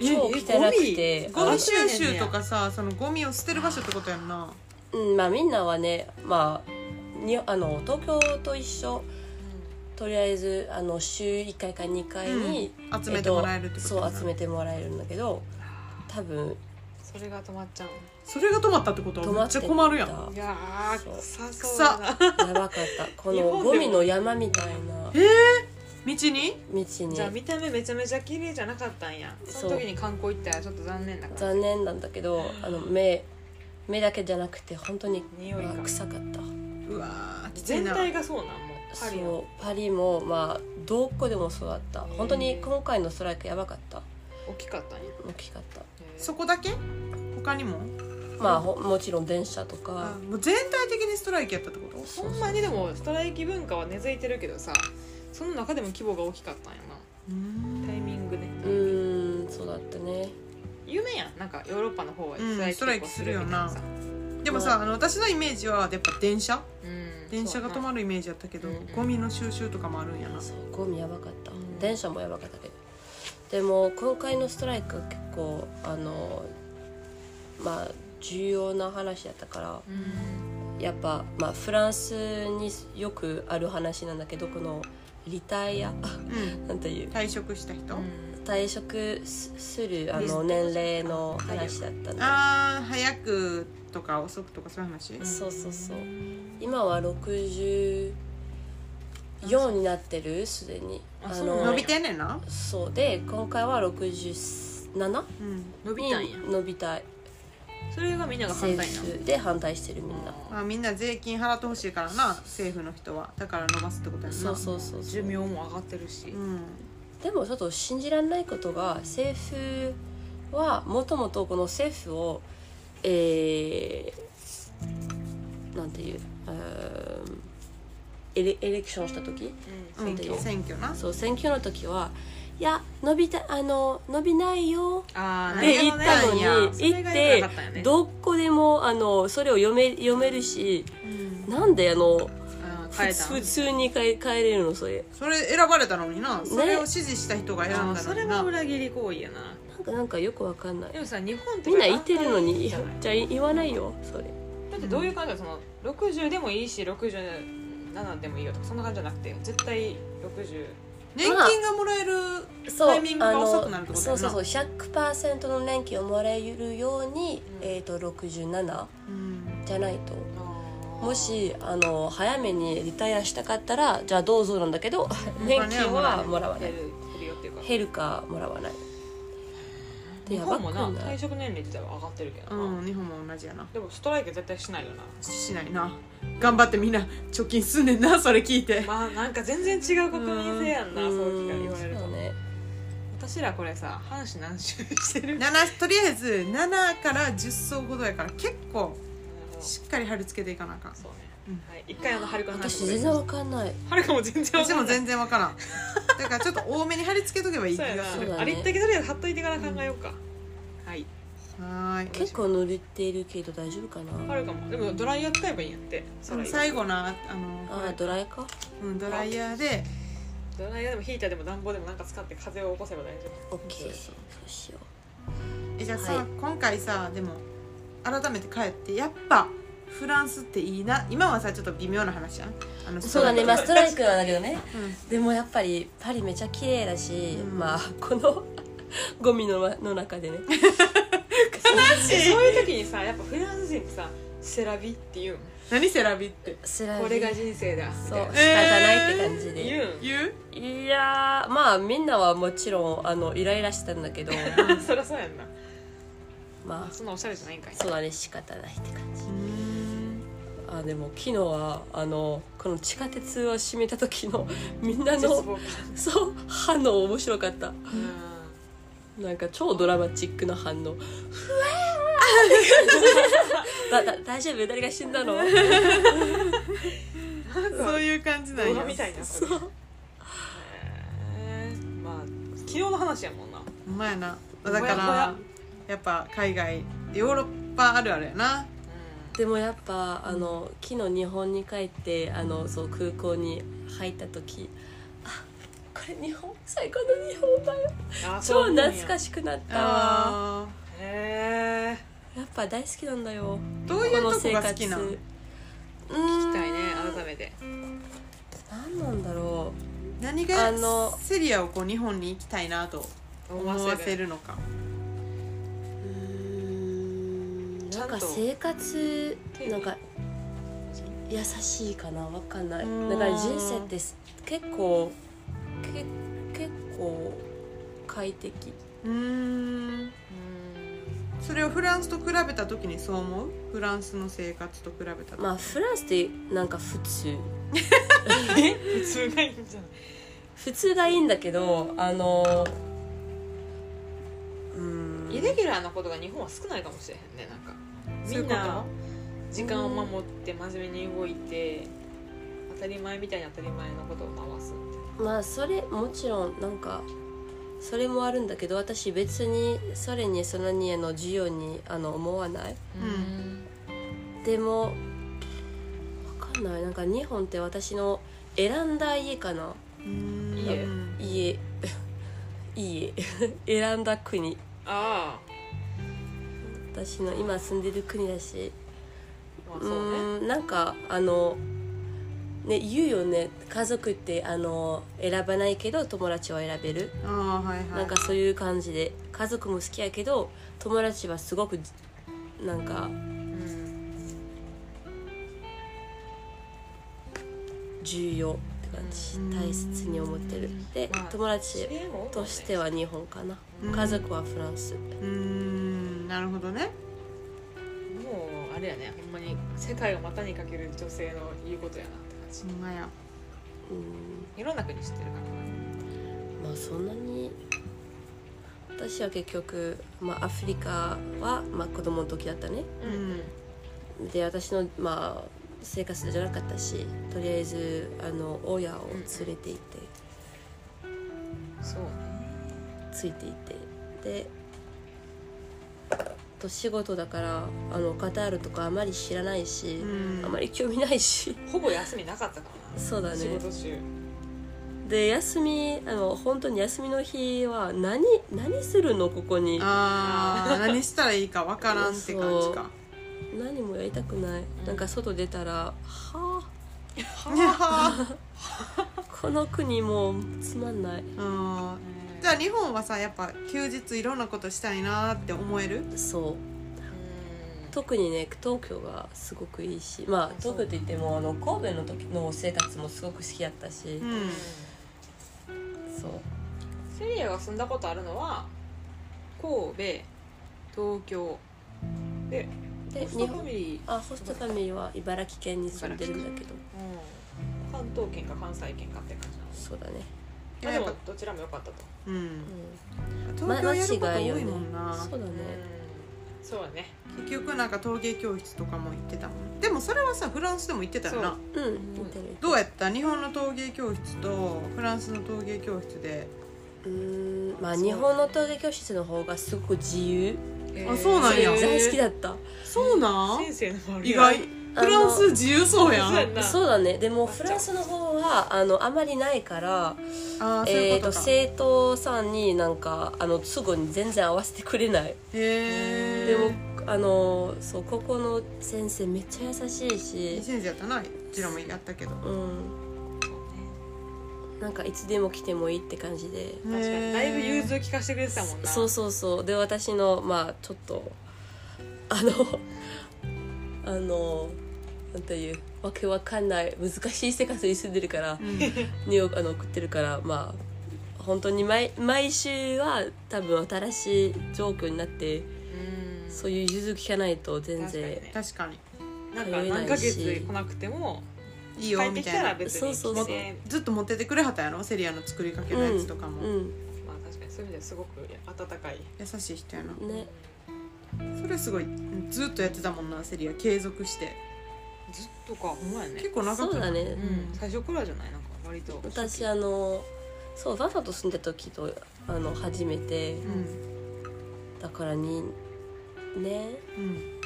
S2: え
S3: 超汚くて
S2: ゴ
S3: あ
S2: ミ収集とかさそのゴミを捨てる場所ってことやんな
S3: うんまあみんなはねまあにあの東京と一緒とりあえずあの週1回か2回に、
S2: 集めてもらえるって
S3: え
S2: こ
S3: っと
S2: とや
S3: そ
S2: な
S3: う集めてもらえるんだけど多分
S1: それが止まっちゃう
S2: それが止まったってこと
S3: 止
S2: はめ
S3: ま
S2: っ
S3: っ
S2: ち
S3: て
S2: ゃ困るやん
S3: た
S1: いやー
S3: そう
S1: 臭そうだな
S3: やばかったこのゴミの山みたいな
S2: えー、道に
S3: に
S1: じゃあ見た目めちゃめちゃ綺麗じゃなかったんやその時に観光行ったらちょっと残念だから
S3: 残念なんだけどあの目目だけじゃなくて本当に
S1: 匂い
S3: まあ
S1: が
S3: 臭かった
S2: うわーきつい
S1: 全
S2: な
S1: 体がそうなんもうパリの
S3: そうパリもまあどこでもそうだった本当に今回のストライクやばかった
S1: 大きかったんや
S3: 大きかった
S2: そこだけ他にも
S3: まあほもちろん電車と
S2: あ
S3: か
S2: もう全体的にストライキやったってこと
S1: ほんまにでもストライキ文化は根付いてるけどさその中でも規模が大きかったんやな
S2: うん
S1: タイミングね
S3: うーんそうだったね
S1: 有名やんなんかヨーロッパの方は
S2: うん
S1: ストライキ結構みたいさ
S2: でも
S3: ま
S2: さあの私のイメージはやっぱ電車
S1: うん
S2: 電車が止
S1: そうやな
S2: まるイメージやったけど
S1: うんうん
S2: ゴミの収集とかもあるんやな
S3: そうゴミやばかった、
S1: うん
S3: 電車もやばかったけどでも今回のストライクは結構あのまあ重要な話やったから
S1: うん
S3: やっぱ、まあ、フランスによくある話なんだけどこのリタイア (laughs)
S2: うん
S3: なんていう
S2: 退職した人
S1: うん
S3: 退職すするあ
S1: リス
S3: の
S1: ト
S3: 年齢の話だったんだ
S2: あー早くとか遅くとかそういう話
S3: そうそうそう今は64になってるすでに
S1: あ
S3: の
S1: そうなんや
S2: 伸びてんねんな
S3: そうで今回は 67?
S2: うん
S1: 伸びたんや
S3: に伸びたい
S1: それがみんなが反対な
S3: 政府で反対してるみんな、
S2: まあみんな税金払ってほしいからな政府の人はだから伸ばすってことやんな
S3: そうそうそうそ
S1: 寿
S3: う
S1: 命も上がってるし、
S2: うん
S3: でもちょっと信じられないことが政府はもともとこの政府をえー、なんていううーんエレエレクションした時
S1: うん
S2: うん
S1: 選挙、
S2: 選挙な
S3: そう選挙の時はいや伸びたあの伸びないよ
S1: ああ
S3: で
S2: なるほ
S3: 行っ
S2: どね
S3: たのに
S2: いや
S3: 行
S1: それ
S3: っ
S1: が良
S3: て
S1: くなかったよね
S3: どこでもあのそれを読め読めるし
S2: うん
S3: なんであの
S1: あー変
S3: 普
S1: えたん
S3: 通普通に変え変えれるのそれ
S2: それ選ばれたのになそれを支持した人が選んだの
S1: あー
S2: にな
S1: それは裏切り行為やな
S3: なんかなんかよくわかんない
S1: でもさ日本とか
S3: みんな言ってるのに
S1: だ
S3: じゃあ言わないよそれ
S1: ってどういう感じだその60でもいいし67でもいいよとかそんな感じじゃなくて絶対60
S2: 年金がもらえるタイミングが遅くなるってこと
S3: そ
S2: や
S3: う
S2: な
S3: そうそう100%の年金をもらえるように、
S1: うん
S3: えー、と67
S2: うん
S3: じゃないともしあの早めにリタイアしたかったらじゃあどうぞなんだけど年金はもらわな
S1: 減
S3: い
S1: る減るよっていうか
S3: 減るかもらわないで
S1: 日
S3: やば
S1: 本
S3: く
S1: もな
S3: な
S1: 退
S3: い
S1: 職年齢自体は上がってるけどな、
S2: うん日本も同じやな
S1: でもストライキ絶対しないよな
S2: しないな頑張ってみんな貯金すんねんなそれ聞いて
S1: (laughs) まあなんか全然違う国民性やんな、
S3: う
S1: そ
S3: ん
S1: う聞か言われる
S3: そ
S1: と
S3: う
S1: ね
S3: ね
S1: 私らこれさ半紙何周してる
S2: 七とりあえず7から10層ほどやから結構しっかり貼り付けていかなあかん
S1: そうね、
S2: うん
S1: はい、一回あのハルカの話
S3: 私全然わかんない
S1: ハルカも全然わ
S2: うち
S1: か
S2: も
S1: んない
S2: 全然わからんだからちょっと多めに貼り付けとけばいい気
S1: そうや
S2: がする
S3: そうだ
S1: な、
S3: ね
S1: ありったけとりあえず貼っといてから考えようか、はい
S2: はーい
S3: 結構濡れてるけど大丈夫か
S1: ハ
S3: な
S1: ルカもでもドライヤー使えばいいんやってそれ
S2: 最後なあの
S3: あードライか
S2: うん、ドライヤーで
S1: ドライヤーでもヒーターでも暖房でもなんか使って風を起こせば大丈夫
S3: OK
S2: そ
S3: そうう
S2: そう
S3: しよ
S2: えじゃあさ、
S3: はい
S2: 今回さでも改めて帰ってやっぱフランスっていいな今はさちょっと微妙な話やんあの
S3: うそうだねまあストライクなんだけどね
S2: うん
S3: でもやっぱりパリめちゃ綺麗だし、
S2: うん
S3: まあこの (laughs) ゴミのわの中でね
S1: (laughs) そういう時にさやっぱフランス人ってさセラビって言うん
S2: 何セラビって
S3: スライ
S1: これが人生だみ
S3: そ
S1: たいうな
S3: 仕方ないって感じ
S1: 言
S3: で、
S2: 言う
S3: いやーまあみんなはもちろんあのイライラしてたんだけど
S1: う
S3: (laughs)
S1: ん (laughs) そりゃそうやんな
S3: まあ
S1: そんなおしゃれじゃないんかい
S3: そうだね仕方ないって感じ
S2: うん
S3: あでも昨日はあのこの地下鉄を閉めた時の (laughs) みんな
S1: 絶望
S3: の
S1: 感
S3: そう反応面白かった
S1: うん
S3: なんか超ドラマチックな反応「うわー (laughs) だだ大丈夫誰が死んだの?」
S2: そういう感じなん
S1: 動
S2: や
S1: 画みたいなそれへーまあ昨日の話やもんな
S2: ほんまやなだか
S1: ほやほ
S2: ら
S1: や
S2: やっぱ海外ヨーロッパあるあるやな
S3: でもやっぱあの昨日日本に帰ってあのそう空港に入った時あこれ日本最高の日本だよ
S1: あ
S3: 超懐か
S1: い
S3: しくなったわ
S2: あ
S1: へえ
S3: やっぱ大好きなんだよ
S2: ーどういうとこが好きな
S3: う
S2: の
S3: ーん
S1: たいね改めて
S3: 何なんだろ
S2: 何が
S3: あの
S2: セリアをこう日本に行きたいなと思
S1: 思
S2: わ
S1: わ
S2: せ
S1: せる
S2: るのか
S3: ううーん
S1: ちゃ
S3: なん
S1: んと
S3: か生活
S1: 丁寧
S3: なんか優しいかなわかんない
S2: うん
S3: だから人生って結構け結構快適
S2: うーんそれをフランスと比べた時にそう思うフランスの生活と比べた時
S3: まあフランスってなんか普通
S1: 普通がいいんじゃない
S3: 普通がいいんだけどあのうん
S1: イレギュラーなことが日本は少ないかもしれへんねなんかみ
S2: そういうんこと
S1: な時間を守って真面目に動いて当たり前みたいに当たり前のことを回すみたいな
S3: まあそれもちろんなんかそれもあるんだけど私別にそれにそんなにあの需要にあの思わない
S2: うん
S3: でも分かんないなんか日本って私の選んだ家かな
S2: うーん
S1: いいえ
S2: うん
S3: 家 (laughs) 家 (laughs) 選んだ国
S1: あ
S3: 私の今住んでる国だし
S1: あまあ
S3: う
S1: そうね
S3: ーんなんかあのね言うよね家族ってあの選ばないけど友達は選べる、
S2: ああはいはい
S3: なんかそういう感じで家族も好きやけど友達はすごくなんか
S1: うん
S3: 重要って感じ
S2: うん
S3: 大切に思ってるで
S1: まあ
S3: 友達
S1: 知り合いも多いもんね
S3: としては日本かな
S2: うん
S3: 家族はフランス
S2: うーんなるほどね
S1: もうあれやねほんまに世界を股にかける女性の言うことやなって感
S2: そんなや
S3: うん
S1: じいろんな国知ってるから
S3: まあそんなに私は結局、まあ、アフリカは、まあ、子供の時だったね
S1: な
S2: うん
S3: で私の、まあ、生活じゃなかったしとりあえずあの親を連れて行って、
S1: そうね
S3: ついていってでと仕事だからあのカタールとかあまり知らないし、
S2: うん
S3: あまり興味ないし
S1: ほぼ休みなかったからな
S3: そうだ
S1: 仕
S3: ね
S1: 事中
S3: で休みあの本当に休みの日は何何するのここに
S2: ああ何したらいいかわからんって感じか
S3: 何もやりたくない、
S1: うん
S3: なんか外出たらは
S2: にゃは
S3: あこの国もうつまんない
S2: ーうんじゃあ日本はさやっぱ休日いろんなことしたいなーって思える
S3: そう
S1: うん
S3: 特にね東京がすごくいいしまあ東京って言ってもあの神戸の時の生活もすごく好きやったし、
S2: うん
S3: そう
S1: セリアが住んだことあるのは神戸東京で
S3: で
S1: ホス
S3: 日
S1: トファ
S3: 本
S1: ミリ
S3: あホストファミリーは茨城県に住んでるんだけ
S1: ー、
S3: ど
S1: うん、関東圏か関西圏かって感じなの
S3: そうだね、
S1: まあ
S2: や
S1: で
S2: っぱ
S1: もどちらも良かったと
S2: うん
S3: う
S2: 東京やること多いもん
S3: ん、
S2: な
S3: そうだね
S1: うんそうだね
S2: 結局なんか陶芸教室とかも行ってたもんでもそれはさフランスでも行ってたよ
S1: そ
S2: な
S1: う
S3: うん似てる
S2: どうやった日本の陶芸教室とフランスの陶芸教室で
S3: うーんまあ日本の陶芸教室の方がすごく自由
S2: あそうなんや
S1: えー
S3: 大好きだった
S2: そうな
S1: 先生の周り
S2: 意外
S1: うん
S2: フランス自由そうやん
S1: そうやんな
S3: そうだねでもフランスの方はあのあまりないから
S2: あーそうい
S3: え
S2: う
S3: ー、
S2: こととか
S3: 生徒さんになんかあのすぐに全然合わせてくれない
S2: へ
S3: で
S2: え
S3: もあのそうここの先生めっちゃ優しい
S2: いい
S3: し、
S2: 先生やったなうちらもやったけど
S3: うん、なんかいつでも来てもいいって感じで、
S1: 確かにだいぶ融通聞かせてくれてたもんな
S3: そうそうそうで私のまあちょっとあのあのなんていうわけわかんない難しい生活に住んでるから
S2: うん
S3: ニューヨークあの送ってるからまあ本当に毎毎週は多分新しい状況になって
S1: うん
S3: そういう融通聞かないと全
S1: 確かに
S3: 然
S1: ね
S2: 確かに
S1: なんか何ヶ月来なくても
S2: いい
S1: 帰
S2: よ
S1: って
S2: み
S1: き
S2: た
S1: た
S2: い
S1: ら
S2: な
S1: 別
S3: そう
S1: に
S3: そう
S1: 来
S3: そう
S1: て
S2: ずっと持っててくれはったやろセリアの作りかけのやつとかも、
S3: うん
S1: まあ確かにそういう意味ではすごく温かい
S2: 優しい人やな
S3: ね
S2: それすごいずっとやってたもんなセリア継続して
S1: ずっとかほんまやね
S2: 結構長
S3: そう
S2: くな
S3: だ
S2: い
S3: ね
S1: うん最初からじゃないなんか割と
S3: 私あのそうバッファと住んでた時とあの初めて
S2: うん
S3: だからにね
S2: うん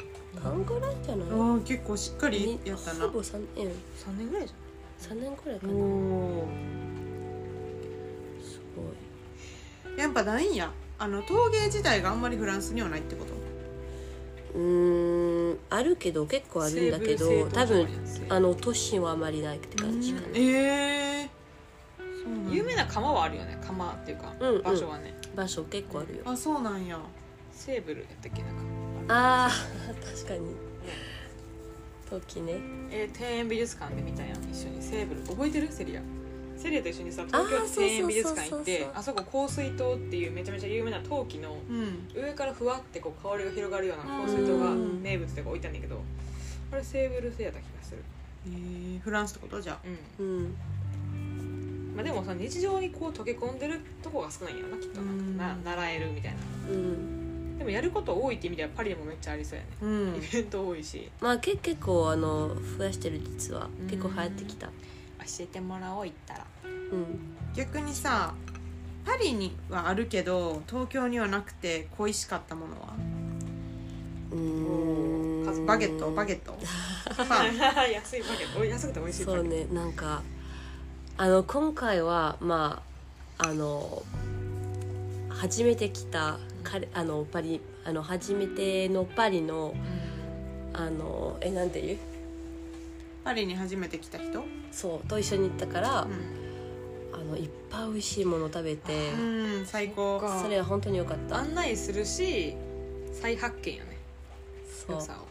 S3: 何ぐらいじゃない
S2: あー結構しっかり
S3: に
S2: やった
S3: ほ
S2: な
S3: ぼ3年
S1: 3年ぐらいじ
S3: 3年くらいか
S2: お
S3: な
S2: お
S3: すごい
S2: ーやっぱないんやあの陶芸自体があんまりフランスにはないってこと
S3: うーんあるけど結構あるんだけ
S1: 西
S3: ど
S1: 部
S3: 多分あ
S1: の
S3: の都心はあまりないって感じか
S2: うん
S3: な
S2: ええー、そうなんや
S1: 有名な窯はあるよね窯っていうか
S3: うんうん
S1: 場所はね
S3: 場所結構あるよ
S2: あそうなんや
S1: セーブルやったっけなんか
S3: あー確かに時ね
S1: えー庭園美術館で見たやん一緒にセーブル覚えてるセリアセリアと一緒にさ東京
S3: あーそうそうそうそう
S1: 庭園美術館行って
S3: そう
S1: あそこ香水塔っていうめちゃめちゃ有名な陶器の
S2: うん
S1: 上からふわってこう香りが広がるような香水塔が
S2: うん
S1: 名物とか置いたんだけどあれセーブルスやった気がする
S2: えーフランスってことじゃあ
S1: う
S3: うん
S1: んまあでもその日常にこう溶け込んでるとこが少ないんやろなきっと
S2: うん
S1: なな習えるみたいな
S3: うん
S1: でもやること多いって意味ではパリでもめっちゃありそうやね
S2: うん
S1: イベント多いし
S3: まあけ結構あの増やしてる実は
S1: うん
S3: 結構流行ってきた
S1: 教えてもらおう行ったら
S3: うん
S2: 逆にさパリにはあるけど東京にはなくて恋しかったものは
S3: うーん
S2: バゲットバゲッ
S3: (laughs)
S2: トパン
S1: (laughs) 安いパケットおい安くて美味しいパケ
S3: そう
S1: ット
S3: ねなんかあの今回はまああの初めて来た彼あのパリあの初めてのパリのあのえなんていう
S2: パリに初めて来た人
S3: そうと一緒に行ったから、
S2: う
S3: あのいっぱい美味しいもの食べて
S2: ん、うん、最高
S1: そっか
S3: それは本当に良かった
S1: 案内するし再発見よね
S3: そう
S1: 良さを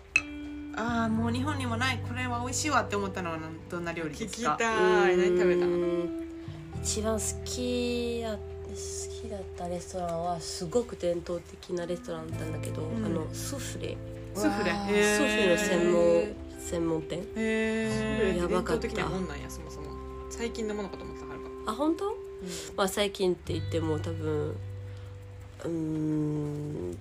S2: ああもう日本にもないこれは美味しいわって思ったのはなんどんな料理で
S1: 聞
S2: す
S1: き
S2: か
S1: たい何食べた
S3: う
S1: の
S3: ーん一番好きだ好きだったレストランはすごく伝統的なレストランだったんだけど、
S2: ん
S3: あのスフレ
S2: スフレ
S1: わあ
S2: へー
S3: スフレの専門専門店
S2: へ
S3: やばかった
S1: 伝統的なもんなんやそもそも最近のものかと思ってたはるか
S3: あ本当まあ最近って言っても多分うーん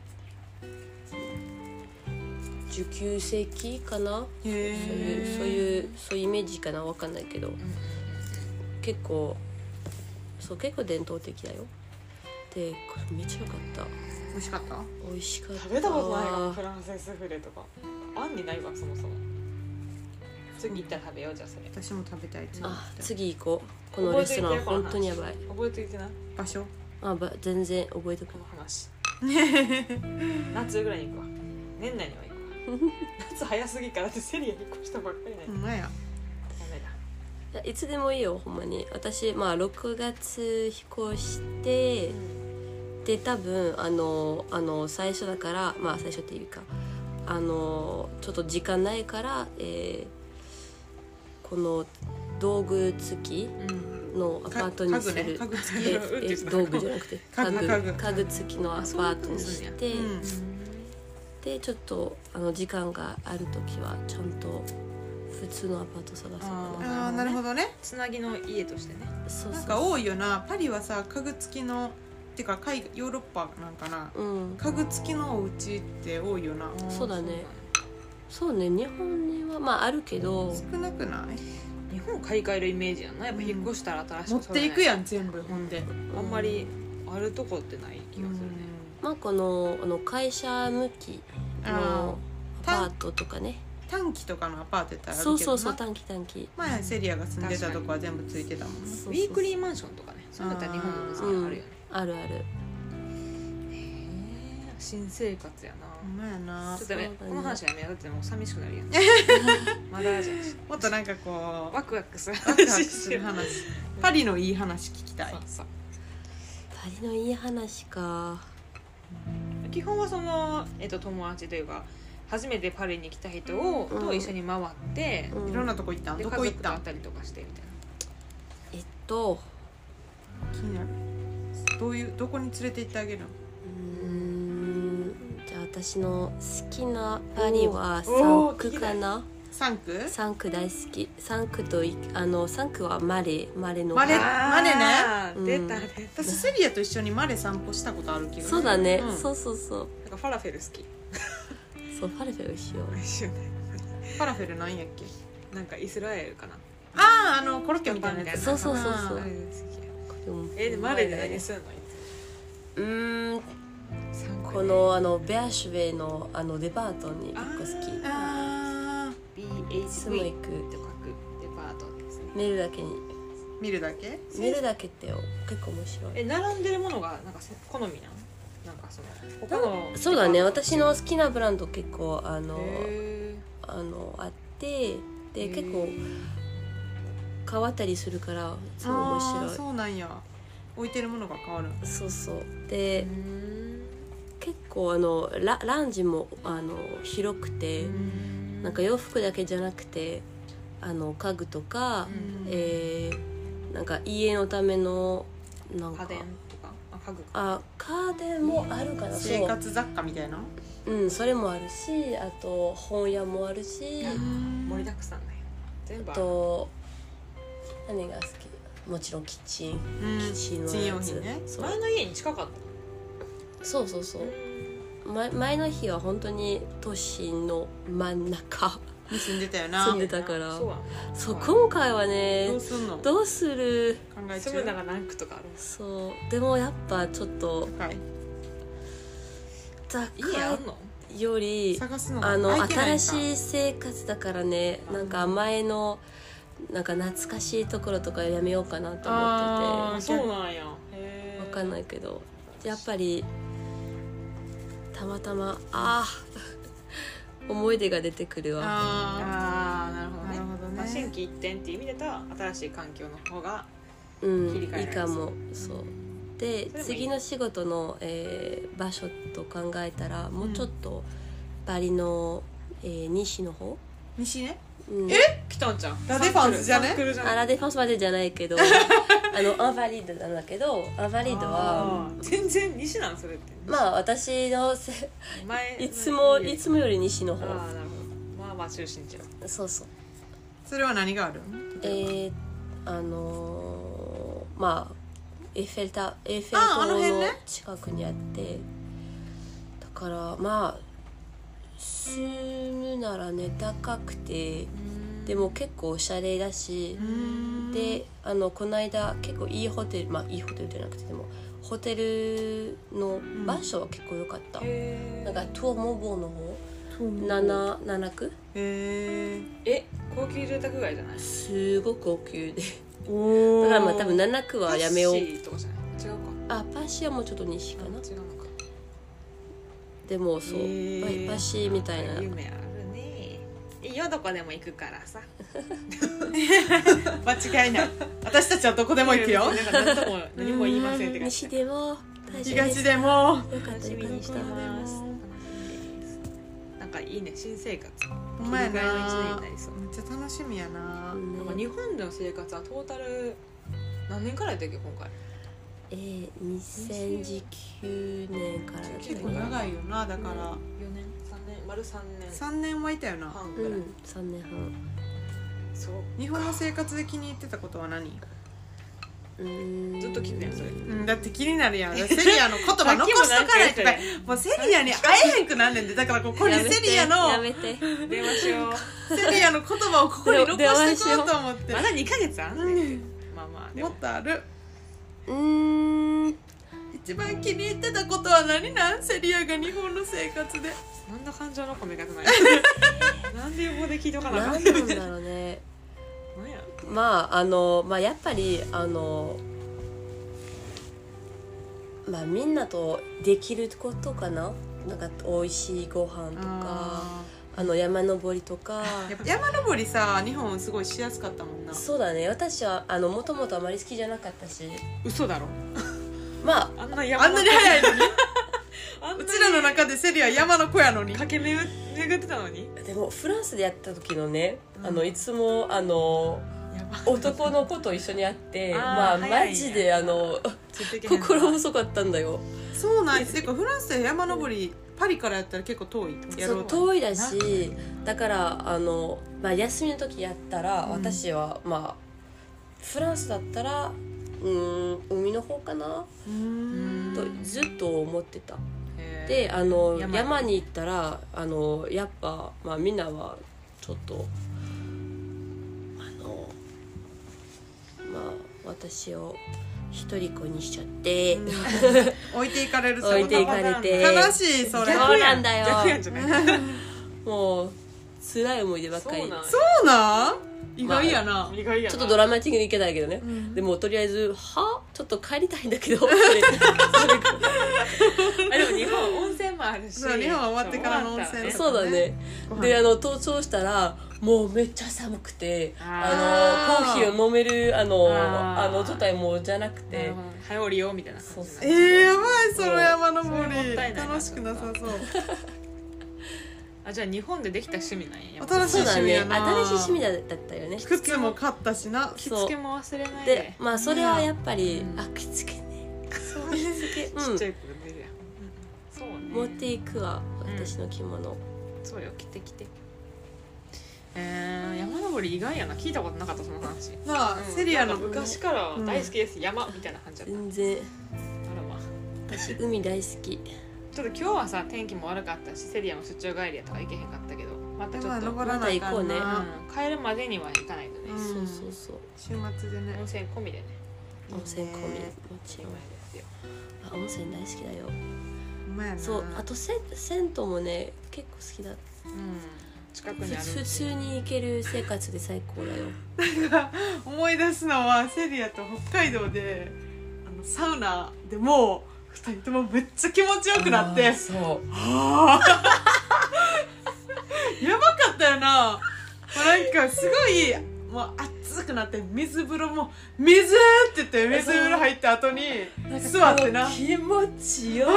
S3: 19世紀かな
S2: えへ
S3: そ
S2: え
S3: ういうそういうそういうイメージかなわかんないけど結構そう結構伝統的だよでこれめっちゃ良かった
S2: 美味しかった
S3: 美味しかった
S1: 食べたことないかもフランススフレとかあんにないわそもそも次行ったら食べようじゃあそれ
S2: 私も食べたい
S3: あ
S2: 次
S3: 次行こうこのレストラン
S1: 覚え
S3: 本
S1: ていけるかな
S3: 当にやばい
S1: 覚えていてな
S2: 場所 (laughs)
S3: あば全然覚えてこ
S1: この話
S2: ね
S1: 夏ぐらいに行くわ年内には
S3: (laughs)
S1: 行くわ夏早すぎからってセリアに越したばっかりなん
S2: ほ
S1: や
S2: んまや
S1: ダメだ
S3: ないいやいつでもいいよほんまに私まあ6月飛行してで多分あのあの最初だからまあ最初っていうかあのちょっと時間ないから、えーこの道具付き
S1: うん
S3: のアパートにす
S2: 家具ね
S3: る、
S2: 家具付き
S3: え
S1: うん
S3: え道具じゃなくて
S2: 家
S3: 家
S2: 具
S3: 具
S2: 家具
S3: 家具付きのアパートにして、
S2: うん
S3: でちょっとあの時間がある時はちゃんと普通のアパート探そうかな
S2: ああなるほどね
S1: つなぎの家としてね
S3: そう
S2: なん
S3: そ
S2: か
S3: う
S2: 多いよなパリはさ家具付きのってか海外ヨーロッパなんかな
S3: うん
S2: 家具付きのお家って多いよな
S3: そうだねそうね日本にはまああるけど
S2: 少なくない
S1: 日本買い替えるイメージやなやっぱ引っ越したら新しく
S2: 持っていくや
S1: ん
S2: ん全部ほんで
S1: あんまりあるとこってない気がするね
S3: まあこのあの会社向きのアパ
S2: あー
S3: ートとかね
S2: 短期とかのアパートやったらあるけど
S3: そ
S2: な
S3: うそうそう短期短期
S2: 前セリアが住んでたとこは全部ついてたもんね
S3: そうそう
S1: ウィークリーマンションとかねそうだったら日本も別にあるよね
S3: あるある
S1: へえ新生活や
S2: ほ
S1: なん
S2: まやな
S1: ちょっとね
S3: そうだね
S1: この話はやめようだってもう寂しくな
S2: (laughs)
S1: るやんまだじゃんし
S2: もっとなんかこうワ
S1: ワクワクする
S2: クワク
S1: 話
S2: する話パリのいい話聞きたい
S1: そうそう
S3: パリのいい話か
S1: 基本はその、えっと、友達というか初めてパリに来た人を、
S3: うん
S1: と一緒に回って、
S3: う
S2: いろんなとこ行ったん
S1: で
S2: ど
S1: 家
S2: こ
S1: 族
S2: 行っ
S1: と会
S2: た
S1: ったりとかしてみたいな
S3: えっと
S2: 気になるどういうどこに連れて行ってあげるの
S3: うーんじゃあ私の好きなパリは
S1: おー
S3: サンクかな
S2: 3区
S3: サンク大好きサンクといあのサンクはマレマレの
S2: マレマネね
S1: あー
S3: うん
S1: 出た出た
S2: 私セリアと一緒にマレ散歩したことある気がする
S3: そうだね、
S2: ん
S3: そうそうそう
S1: なんかファラフェル好き
S3: そうファルフェをしよう
S1: 美味しいよね
S2: パラフェルなんやっけ
S1: なんかイスラエルかな
S2: あああのコロッケみたいなやつ
S3: そうそうそうそ
S1: あれ
S3: う
S1: 好きや
S3: これも
S1: えでマレで何するの
S3: うーん
S1: 参考
S3: このあのベアシュベイのあのデパートに結構好
S2: あー
S1: BHV
S3: すごい行く
S1: と書くデパートですね
S3: き見るだけに
S2: 見るだけ
S3: 見るだけって結構面白い
S1: え並んでるものがなんかせ好みなんなんかその他の
S3: そうだね
S1: へ
S3: 私の好きなブランド結構あの
S1: え
S3: あのあって
S1: へ
S3: で
S1: ー
S3: 結構変わったりするからすごい面
S2: あ
S3: 白
S2: ー
S3: い
S2: そうなんや置いてるものが変わる
S3: そうそう
S1: う
S3: で
S1: ん
S3: 結構あのラランジもあの広くて
S1: うん
S3: なんか洋服だけじゃなくてあの家具とか、
S1: うん
S3: えーなんか家のためのなん
S1: 家
S3: か
S1: 電とかあ家具か
S3: あ家電もあるかな
S2: 生
S3: そう
S2: 活雑貨みたいな
S3: うんそれもあるしあと本屋もあるし
S1: 盛りだくさんだよ全部
S3: あ
S1: ある
S3: と何が好きもちろんキッチン
S2: うん
S3: キッチンの
S2: 日用
S3: やつ、
S2: 品ね
S3: そう
S1: 前の家に近かっ
S3: そうそうそ
S1: た
S3: う前前の日は本当に都心の真
S2: (laughs)
S3: ん中
S2: に住んでたよな
S3: 住んでたから
S1: そうや
S3: そう今回はね
S2: どうすんの考
S3: どうする
S2: え
S1: 住むな
S2: 中
S1: ら何区とかあるんです
S3: そうでもやっぱちょっと
S2: 高い
S3: 高
S1: 家あんの
S3: いより
S2: 探すのが
S3: あの
S2: 空いてないん
S3: 新
S2: か
S3: しい生活だからねなんか前のなんか懐かしいところとかやめようかなと思
S2: あ
S1: あそうなんやへ
S3: ってて
S1: え
S3: わかんないけどやっぱりたまたまああ (laughs) 思い出が出てくるわ
S2: あ
S1: ああなるほど
S2: ー
S1: ね
S2: なるほど
S1: まあ、新
S2: ね
S1: 規一点っていう意味でた新しい環境の方が
S3: うん
S1: 切り替えら
S3: い
S1: れ
S3: いかも
S1: そ
S3: そううで
S1: それもいい
S3: 次の仕事の、えー場所と考えたらもうちょっとバリの、えー西の方、
S2: 西ね
S3: うん、
S1: 来たんちゃん
S2: ラデファンスじゃね
S1: サークルじゃ
S3: あ
S1: ね
S3: ラデファンスまでじゃな
S1: (laughs)
S3: いけどあのアンバリードなんだけどアンバリードは
S1: あー全然西なんそれって
S3: まあ私のせ
S1: 前
S3: いつもい
S1: も
S3: つもより西の方
S1: ああなるほどまあまあ中心地は
S3: そうそう
S2: それは何がある
S3: えー、あのー、まあエッフェルタエッフェル
S2: あーあの辺
S3: 塔の
S2: ね
S3: 近くにあってだからまあ住むならね高くてでも結構おしゃれだし、
S2: で
S3: であのこの間結構いいホテルまあいいホテルじゃなくてでもホテルの場所は結構良かった、
S1: へ
S3: なんかトゥオモボーの方
S2: へ
S3: 7, 7区
S2: え
S1: え高級住宅街じゃない
S3: すごく高級で
S2: お
S3: だからまあ多分7区はやめよう
S1: タクシーとかじゃない違うか
S3: あパシはもうちょっと西かな
S1: 違うのか
S3: でもそう、
S2: へー
S3: パパシみたいな
S1: 夢あるねいいよどこでも行くからさ
S2: 間違いない私たちはどこでも行くよ
S1: なんか何とも何も言いませんって感じ
S3: 西でも大丈夫です
S2: 東でも
S3: よかったよかった
S1: ますなんかいいね新生活
S2: お前
S1: 切り替えの一年に
S2: な
S1: な
S2: めっ
S1: りそう
S2: ちゃ楽しみやな、
S3: うん
S1: なんか日本での生活はトータル何年からやったっけ今回
S3: えー、2019年からだった
S2: 結構
S3: ね
S2: 長いよなだから、
S1: 4年3年丸3年
S2: 三3年はいたよな
S1: 半
S3: う
S1: ぐらい、
S3: ん3年半
S1: そう
S2: 日本の生活で気に入ってたことは何、
S3: うーん
S1: ずっと聞くねんそれ
S2: うん、だって気になるやんセリアの言葉残しとかな
S1: さっきもな
S2: いと
S1: んか言ってたや
S2: もうセリアに会えへんくなんねんでだからここに
S3: やめて
S2: セリア
S3: や
S2: の
S3: めて
S1: 電話しよう
S2: セリアの言葉をここに残
S3: で
S2: してこうと
S1: (laughs)
S2: 思って
S1: まだ2ヶ月あんねんまあまあで
S2: も
S1: も
S2: っとある
S3: うーん
S2: 一番気に入ってたことは何なんセリアが日本の生活で
S1: 何の感情の込め方ない (laughs) なんで予防で聞いとかなあか
S3: なんんなんだろ
S2: (laughs)
S3: うね
S1: なんや
S3: まああのまあやっぱりあのまあみんなとできることかななんか美味しいご飯とか
S2: あ
S3: あの山登りとか
S2: ーやっぱ山登りさ日本すごいしやすかったもんな
S3: そうだね私はあのもともとあまり好きじゃなかったし
S1: (laughs) 嘘だろ
S3: ま
S1: あんな山
S2: あんなに早いのに
S1: あんな
S2: う
S1: に
S2: ちらの中でセリア山の子やのに
S1: 駆け巡巡ってたのに
S3: あでもフランスでやった時のね、
S2: うん
S3: あのいつもあの
S1: やば
S3: 男の子と一緒に会って
S1: あー
S3: まあ
S1: 早いね
S3: マジであの
S1: ついていけへんな
S3: 心細かったんだよ
S2: そうなんですてかフランスで山登りパリからやったら結構遠いや
S3: そ
S2: ろ
S3: う
S2: うと
S3: 遠いだしだからあの、まあ、休みの時やったら
S2: うん
S3: 私は、まあフランスだったらうーん海の方かな
S2: うーん
S3: とずっと思ってた
S1: へー
S3: であの
S1: 山
S3: 山に行ったらあのやっぱ、まあ、みんなはちょっとあのまあ私を一人っ子にしちゃって、
S2: 置いていかれるって
S3: 置い
S2: こと
S3: ていかれて
S2: 悲しいそれ
S3: 逆
S2: そ
S3: そうなんだよ
S1: 逆やんじゃない
S3: もう辛い思い出ばっかり
S1: そうなんや
S2: うなん意外やな、
S1: 意外やな
S3: ちょっとドラマ的にいけないけどね、
S2: ん
S3: でもとりあえず「はちょっと帰りたいん
S1: (laughs)
S3: だけど」って
S1: あでも日本温泉もあるし
S2: そう日本は終わってからの温泉
S1: そう
S3: そうだね
S2: ご飯
S3: であの登頂したらもうめっちゃ寒くて
S1: あ
S3: あ
S2: ー
S3: のコーヒーを飲めるあの
S1: あー
S3: あの状態もじゃなく
S1: なる
S3: て
S1: ほど早降りようみたいな感じ
S3: そうそ
S2: え
S3: う
S2: ー、やばいその山
S1: そ
S2: 登
S1: れもっ
S2: り
S1: たいないな
S2: 楽しくなさそう
S1: あじゃあ日本でできた趣味なんややっぱ
S2: 新しい
S3: そうだ
S2: 趣味
S3: ね
S2: やな
S3: 新しい趣味だったよね
S2: 靴も買ったしな
S1: 着付けも忘れない
S3: で
S1: で
S3: まあそれはやっぱり、
S1: うん
S3: あ着付けね
S1: そう
S3: 着付け、
S1: ちっちゃい
S3: う
S1: 子出るやん、そうね
S3: ん、持っていくわ私の着物、
S1: そうよ着て着てえー、山登り意外やな聞いたことなかったその話
S2: なあ、セリア
S1: な
S2: の
S1: んか昔から大好きです、山みたいな感じだった
S3: 全然
S1: あらま
S3: 私海大好き
S1: ちょっと今日はさ天気も悪かったしセリアも出張帰りやったから行けへんかったけどまたちょ
S2: まあ
S1: っと、
S2: 登らないかんな、
S3: ま
S1: うん帰るまでには行かないとね、
S2: うん
S3: そうそうそう
S2: 週末でね
S1: 温泉込みでね
S3: 温泉込みもち
S1: 行く
S3: ろん
S1: 前ですよ
S3: あ温泉大好きだよ
S2: ほんまやな
S3: そうあとせ銭湯もね結構好きだ
S1: うん近く
S3: ふ
S1: にある
S3: 普通に行ける生活で最高だよ
S2: 思い出すのはセリアと北海道であのサウナでもう二人ともめっちゃ気持ちよくなって
S3: そう
S2: はあ (laughs) やばかったよなもうなんかすごいもう暑くなって水風呂も「水!」って言って水風呂入った後に座ってな
S3: 気持ちよかっ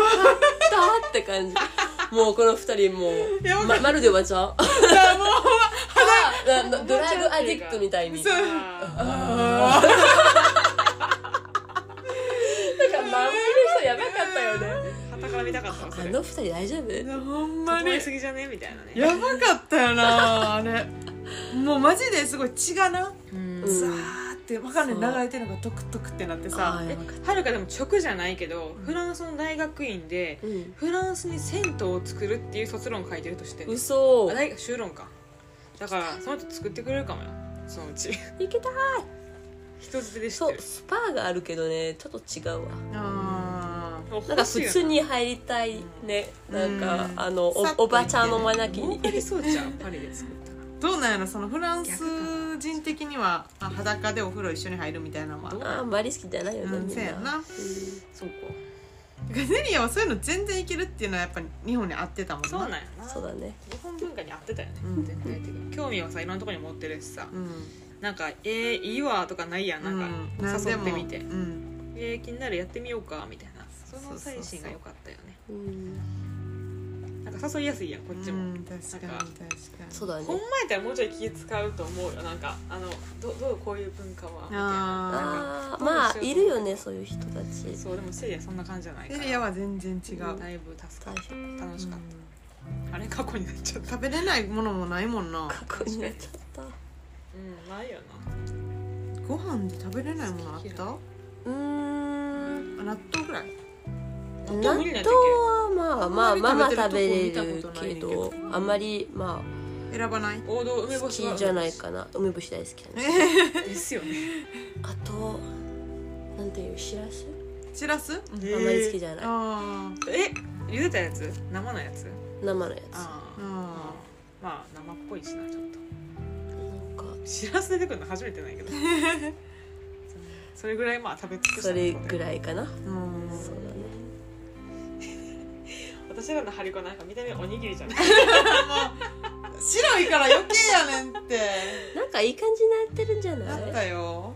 S3: たって
S2: (laughs)
S3: 感じもうこの二人も
S2: やば
S3: う、
S2: かっ
S3: ま、まるでおばちゃん
S2: たもう
S3: ななドライブアディクトみたいに
S2: そう
S1: あ
S2: (laughs) あー
S3: なんか周りの人やばかったよね
S1: ー傍から見たかったわそ
S3: あ
S1: れ
S3: の二人大丈夫
S2: ほんま
S1: 整
S2: に
S1: いすぎじゃねみたいなね
S2: やばかったよなあれもうマジですごい血がな
S1: うん
S3: うん
S2: ザーってわかん
S3: そう
S2: ない流れてるのがドクドクってなって
S3: あ
S2: さ
S3: ー
S1: え
S3: やばかっ
S1: はるかでも直じゃないけどフランスの大学院で
S3: たうん
S1: フランスに銭湯を作るっていう卒論書いてるとしてあ
S3: 嘘
S1: 大学修論かだからその人作ってくれるかもよそのうち (laughs)
S3: 行けた
S1: 人づてで知っ
S3: そ
S1: て
S3: う
S1: る
S3: スパがあるけどねちょっと違うわ
S2: あ
S3: なんか普通に入りたいねなんか
S2: うん
S3: あのお
S2: さっと
S3: おばちゃんのまなき
S1: 儲
S3: に
S1: かりそうじゃんパリで作ったら
S2: ー
S3: (laughs)
S2: どうなんやろそのフランス人的にはあ裸でお風呂一緒に入るみたいなのは
S1: どう
S3: あんまり好きじゃないよね
S2: うん
S3: みん
S2: せや
S3: な
S2: な
S1: そうか
S2: ガゼリアはそういうの全然いけるっていうのはやっぱり日本に合ってたもんな
S1: そうなんや
S3: う
S1: なん
S3: そうだね
S1: 日本文化に合ってたよね
S2: うん
S1: 全体的に興味はさいろんなとこに持ってるしさ
S2: うん
S1: なんか「えー、いいわ」とかないやんな
S2: うん
S1: か
S2: 何で
S1: 誘っ
S2: も
S1: てみて
S2: うん
S1: 「えー、気になるやってみようか」みたいなその精神が良かったよね
S3: うん
S1: なんか誘いやすいやんこっちも、
S2: うん確かに
S1: なんか
S2: 確かに
S3: そうだね
S1: ほんまやったらもうちょい気使うと思うよなんかあのどどうこういう文化はみたいななんか
S3: あーまあいるよねそういう人たち
S1: そうでもせいやそんな感じじゃないから
S2: ゼリアは全然違う、うん
S1: だいぶ助か
S3: 大
S1: っ
S3: 変
S1: た楽しかった、あれ過去になっちゃった
S2: 食べれないものもないもんな
S3: 過去になっちゃった
S1: うんないよ
S2: ご飯で食べれないものあったあ
S3: うーん
S2: 納豆ぐらい
S1: な
S3: 納豆
S1: 理な
S3: はまあまあまあまあ食べれ
S2: あんまり食
S3: る
S2: べてるとこ
S3: け
S2: 見たことない
S3: どあんまりま
S2: 選ばない
S1: 王道梅
S3: あ好
S1: 干しは
S3: きじゃないかな梅干し大好きだね
S1: (laughs) ですよね
S3: あとなんていうしらす
S2: しらす
S3: あんまり好きじゃない
S2: あー
S1: え茹でたやつ生のやつ
S3: 生のやつなん
S1: ああ
S2: あ
S1: まあ生っぽいしなちょっと
S3: か
S1: しらす出てくるの初めてないけどそれぐらいまあ食べ尽くした
S3: それぐ
S1: い
S3: らいかな
S2: ーうん
S3: そうだね
S1: 私らのハリコなんか見た目おにぎりじゃない
S2: 白いから余計やねん
S3: (laughs)
S2: って
S3: なんかいい感じになってるんじゃ
S2: なっ
S3: な
S2: た
S3: い
S2: よ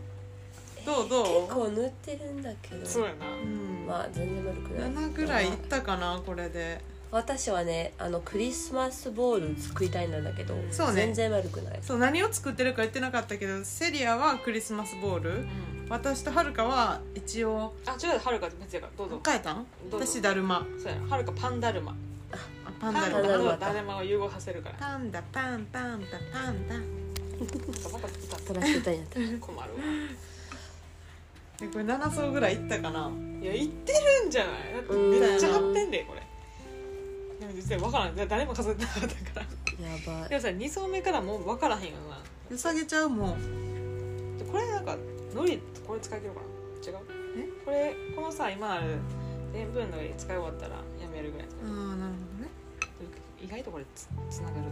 S2: どうどう
S3: 結構塗ってるんだけ
S1: そう
S3: ど
S1: やな
S2: うん
S3: まあ全然丸くない
S2: 7ぐらいいったかなこれで
S3: 私はねあのクリスマスボール作りたいなんだけど
S2: そうね
S3: 全然悪くない
S2: そう何を作ってるか言ってなかったけどセリアはクリスマスボール
S1: うん
S2: 私とはるかは一応
S1: あ違うはるか別やからどうぞ
S2: 変えたん
S1: どうぞ
S2: 私だるま
S1: そうやなはるかパンダルマ
S2: あパン
S1: パ
S2: ダ
S1: ンダ
S2: ル
S3: パ
S1: ル
S2: マ
S3: ル
S1: マ
S3: マ
S1: とダルマを融合させるから
S2: パンダパンパンパパンダ
S1: また歌った
S3: トラック歌いになった
S1: ら困るわ
S2: でこれ7層ぐらいいったかない
S1: や言ってるんじゃないだってめっちゃ張ってんでこれでも実は分からん誰も数えてなかったから
S3: (laughs) やば
S1: で
S3: い
S1: もさ2層目からもう分からへんよな
S2: よさげちゃうもん
S1: でこれなんかのりこれ使い切るかな違う
S2: え
S1: これこのさ今ある全部のり使い終わったらやめるぐらい
S2: ああなるほどね
S1: 意外とこれつつながる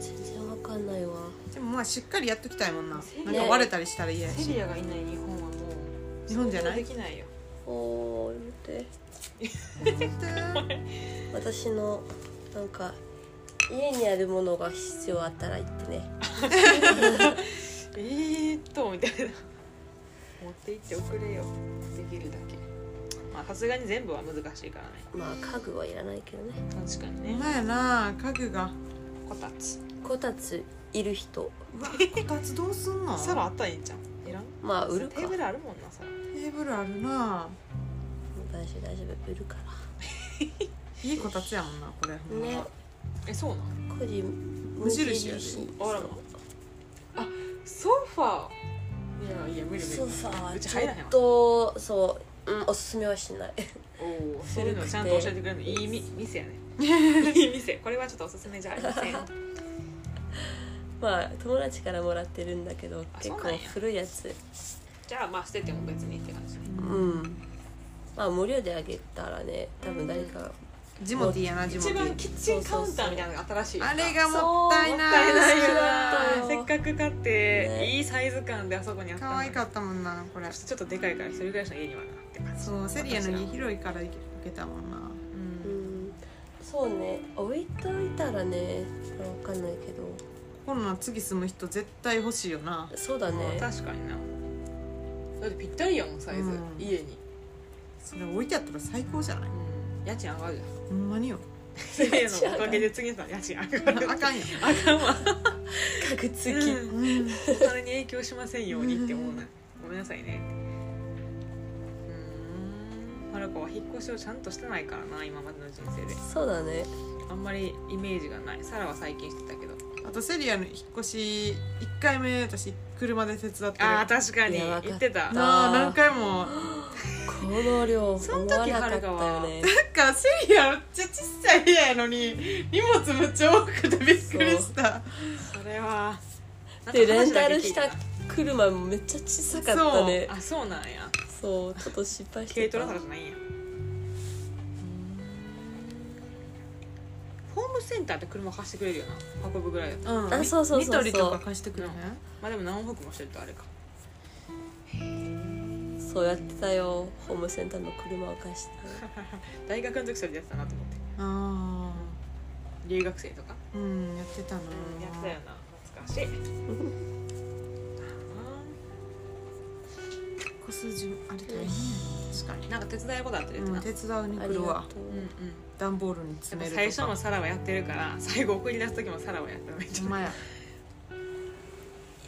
S3: 全然わかんないわ
S2: でもまあしっかりやっときたいもんな
S1: セリ
S2: な
S1: ア
S2: んか割れたりしたら嫌
S1: か
S2: や
S1: セ
S2: し
S1: リアがいない日本はもう
S2: 日本じゃない
S1: 想像できないよ
S3: おー見て私のなんか家にあるものが必要あったら言ってね
S1: えーっとみたいな持って行っておくれよできるだけまあさすがに全部は難しいからね
S3: まあ家具はいらないけどね
S1: 確かにね
S2: まやな家具が
S1: こたつ
S3: こたついる人
S2: うわこたつどうすんの
S1: 皿あったらいいんじゃんいらん
S3: まあ売るか
S1: テーブルあるもんな皿
S2: テーブルあるな
S3: 大丈夫大丈夫売るから
S2: いいこたつやもんなこれほんま
S3: ね
S1: えそうなん
S3: 個人
S2: 無印やで
S1: あらまソファーいやいや無理無理
S3: ソファ
S1: う
S3: は
S1: ち
S3: ち
S1: 入
S3: ょ
S1: らへん
S3: っ
S1: わ
S3: とそう、うん、おすすめはしない
S1: おおそうい
S3: 古
S1: う
S3: く
S1: の
S3: て
S1: ちゃんと教えてくれるのいいみ店や (laughs) ねいい店これはちょっとおすすめじゃありません
S3: まあ友達からもらってるんだけど
S1: あ
S3: 結
S1: そう
S3: 構
S1: なんや
S3: 古いやつ
S1: じゃあまあ捨てても別にって感じね
S3: うん、まあ無料であげたらね多分誰か
S2: ジモティーやなジモテ
S1: 一
S2: ィ
S1: 番
S2: ー
S1: キッチンカウンターみたいなのが新しい
S2: あれがもったいな
S1: もったいないよ
S3: そう
S1: な
S3: そう
S1: せっかく買って、
S3: ね
S1: いいサイズ感であそこにあったの
S2: 可
S1: に
S2: 愛かったもんなこれ
S1: ちょっとでかいから一人暮らしの家にはなって感じ
S2: そうセリアの家広いから行けたもんな
S1: う
S3: うんんそうね置いといたらね分かんないけど
S2: こんなん次住む人絶対欲しいよな
S3: そうだね
S1: 確かになだってぴったりやもんサイズ、
S2: うん
S1: 家に、
S2: それ置いてあったら最高じゃない
S1: 家賃上がるじゃん
S2: ほんま (laughs) によ
S1: セリアのおかげで次の家賃上が
S2: (laughs) あ
S1: る
S2: かんよ、
S1: あかんわ
S3: 確実
S1: うん
S2: うん、
S1: お金に影響しませんようにって思うなごめんなさいねうんはるかは引っ越しをちゃんとしてないからな今までの人生で
S3: そうだね
S1: あんまりイメージがないサラは最近してたけど
S2: あとセリアの引っ越し一回目私車で手伝ってる
S1: あー確かに
S3: やばかった
S1: 言ってた
S2: なあ何回も
S3: この量
S1: そ
S3: 思
S1: の時
S3: わなかったよね
S2: なんかセリアめっちゃちっちゃい部屋やのに荷物めっちゃ多くてびっくりした
S1: それは
S3: で
S1: なんか話
S3: レンタ
S1: だけ
S3: ル
S1: 聞い
S3: した車もめっちゃ小さかったね
S1: あそうなんや
S3: そうちょっと失敗し
S1: 軽
S3: て
S1: ト
S3: た
S1: ラとかじゃないんやホームセンターって車貸してくれるよな運ぶぐらいだと
S2: うん
S3: あそうそうそう
S2: ニ
S3: そう
S2: トリとか貸してくれへん
S1: まあでも何往復もしてるとあれか
S3: そうやってたよホームセンターの車を貸した
S1: 大学の時それでやってたなと思って
S2: あ
S1: 留学生とか
S2: あうんやってたな
S1: やってたよな懐 (laughs) かしい
S2: 引っ越すじあれ大変やな確かに
S1: なんか手伝いことあったら言って
S2: う、
S1: なん
S2: 手伝うに
S3: あ
S2: 来
S3: り
S2: る
S3: が
S2: わ
S3: とう、
S1: うんうん
S2: 段ボールに
S1: やっ
S2: 詰
S1: ぱ
S2: めるとか
S1: 最初もサラはやってるから最後送り出す時もサラはやっためっち
S2: ほん
S1: ゃ
S2: まや
S3: よ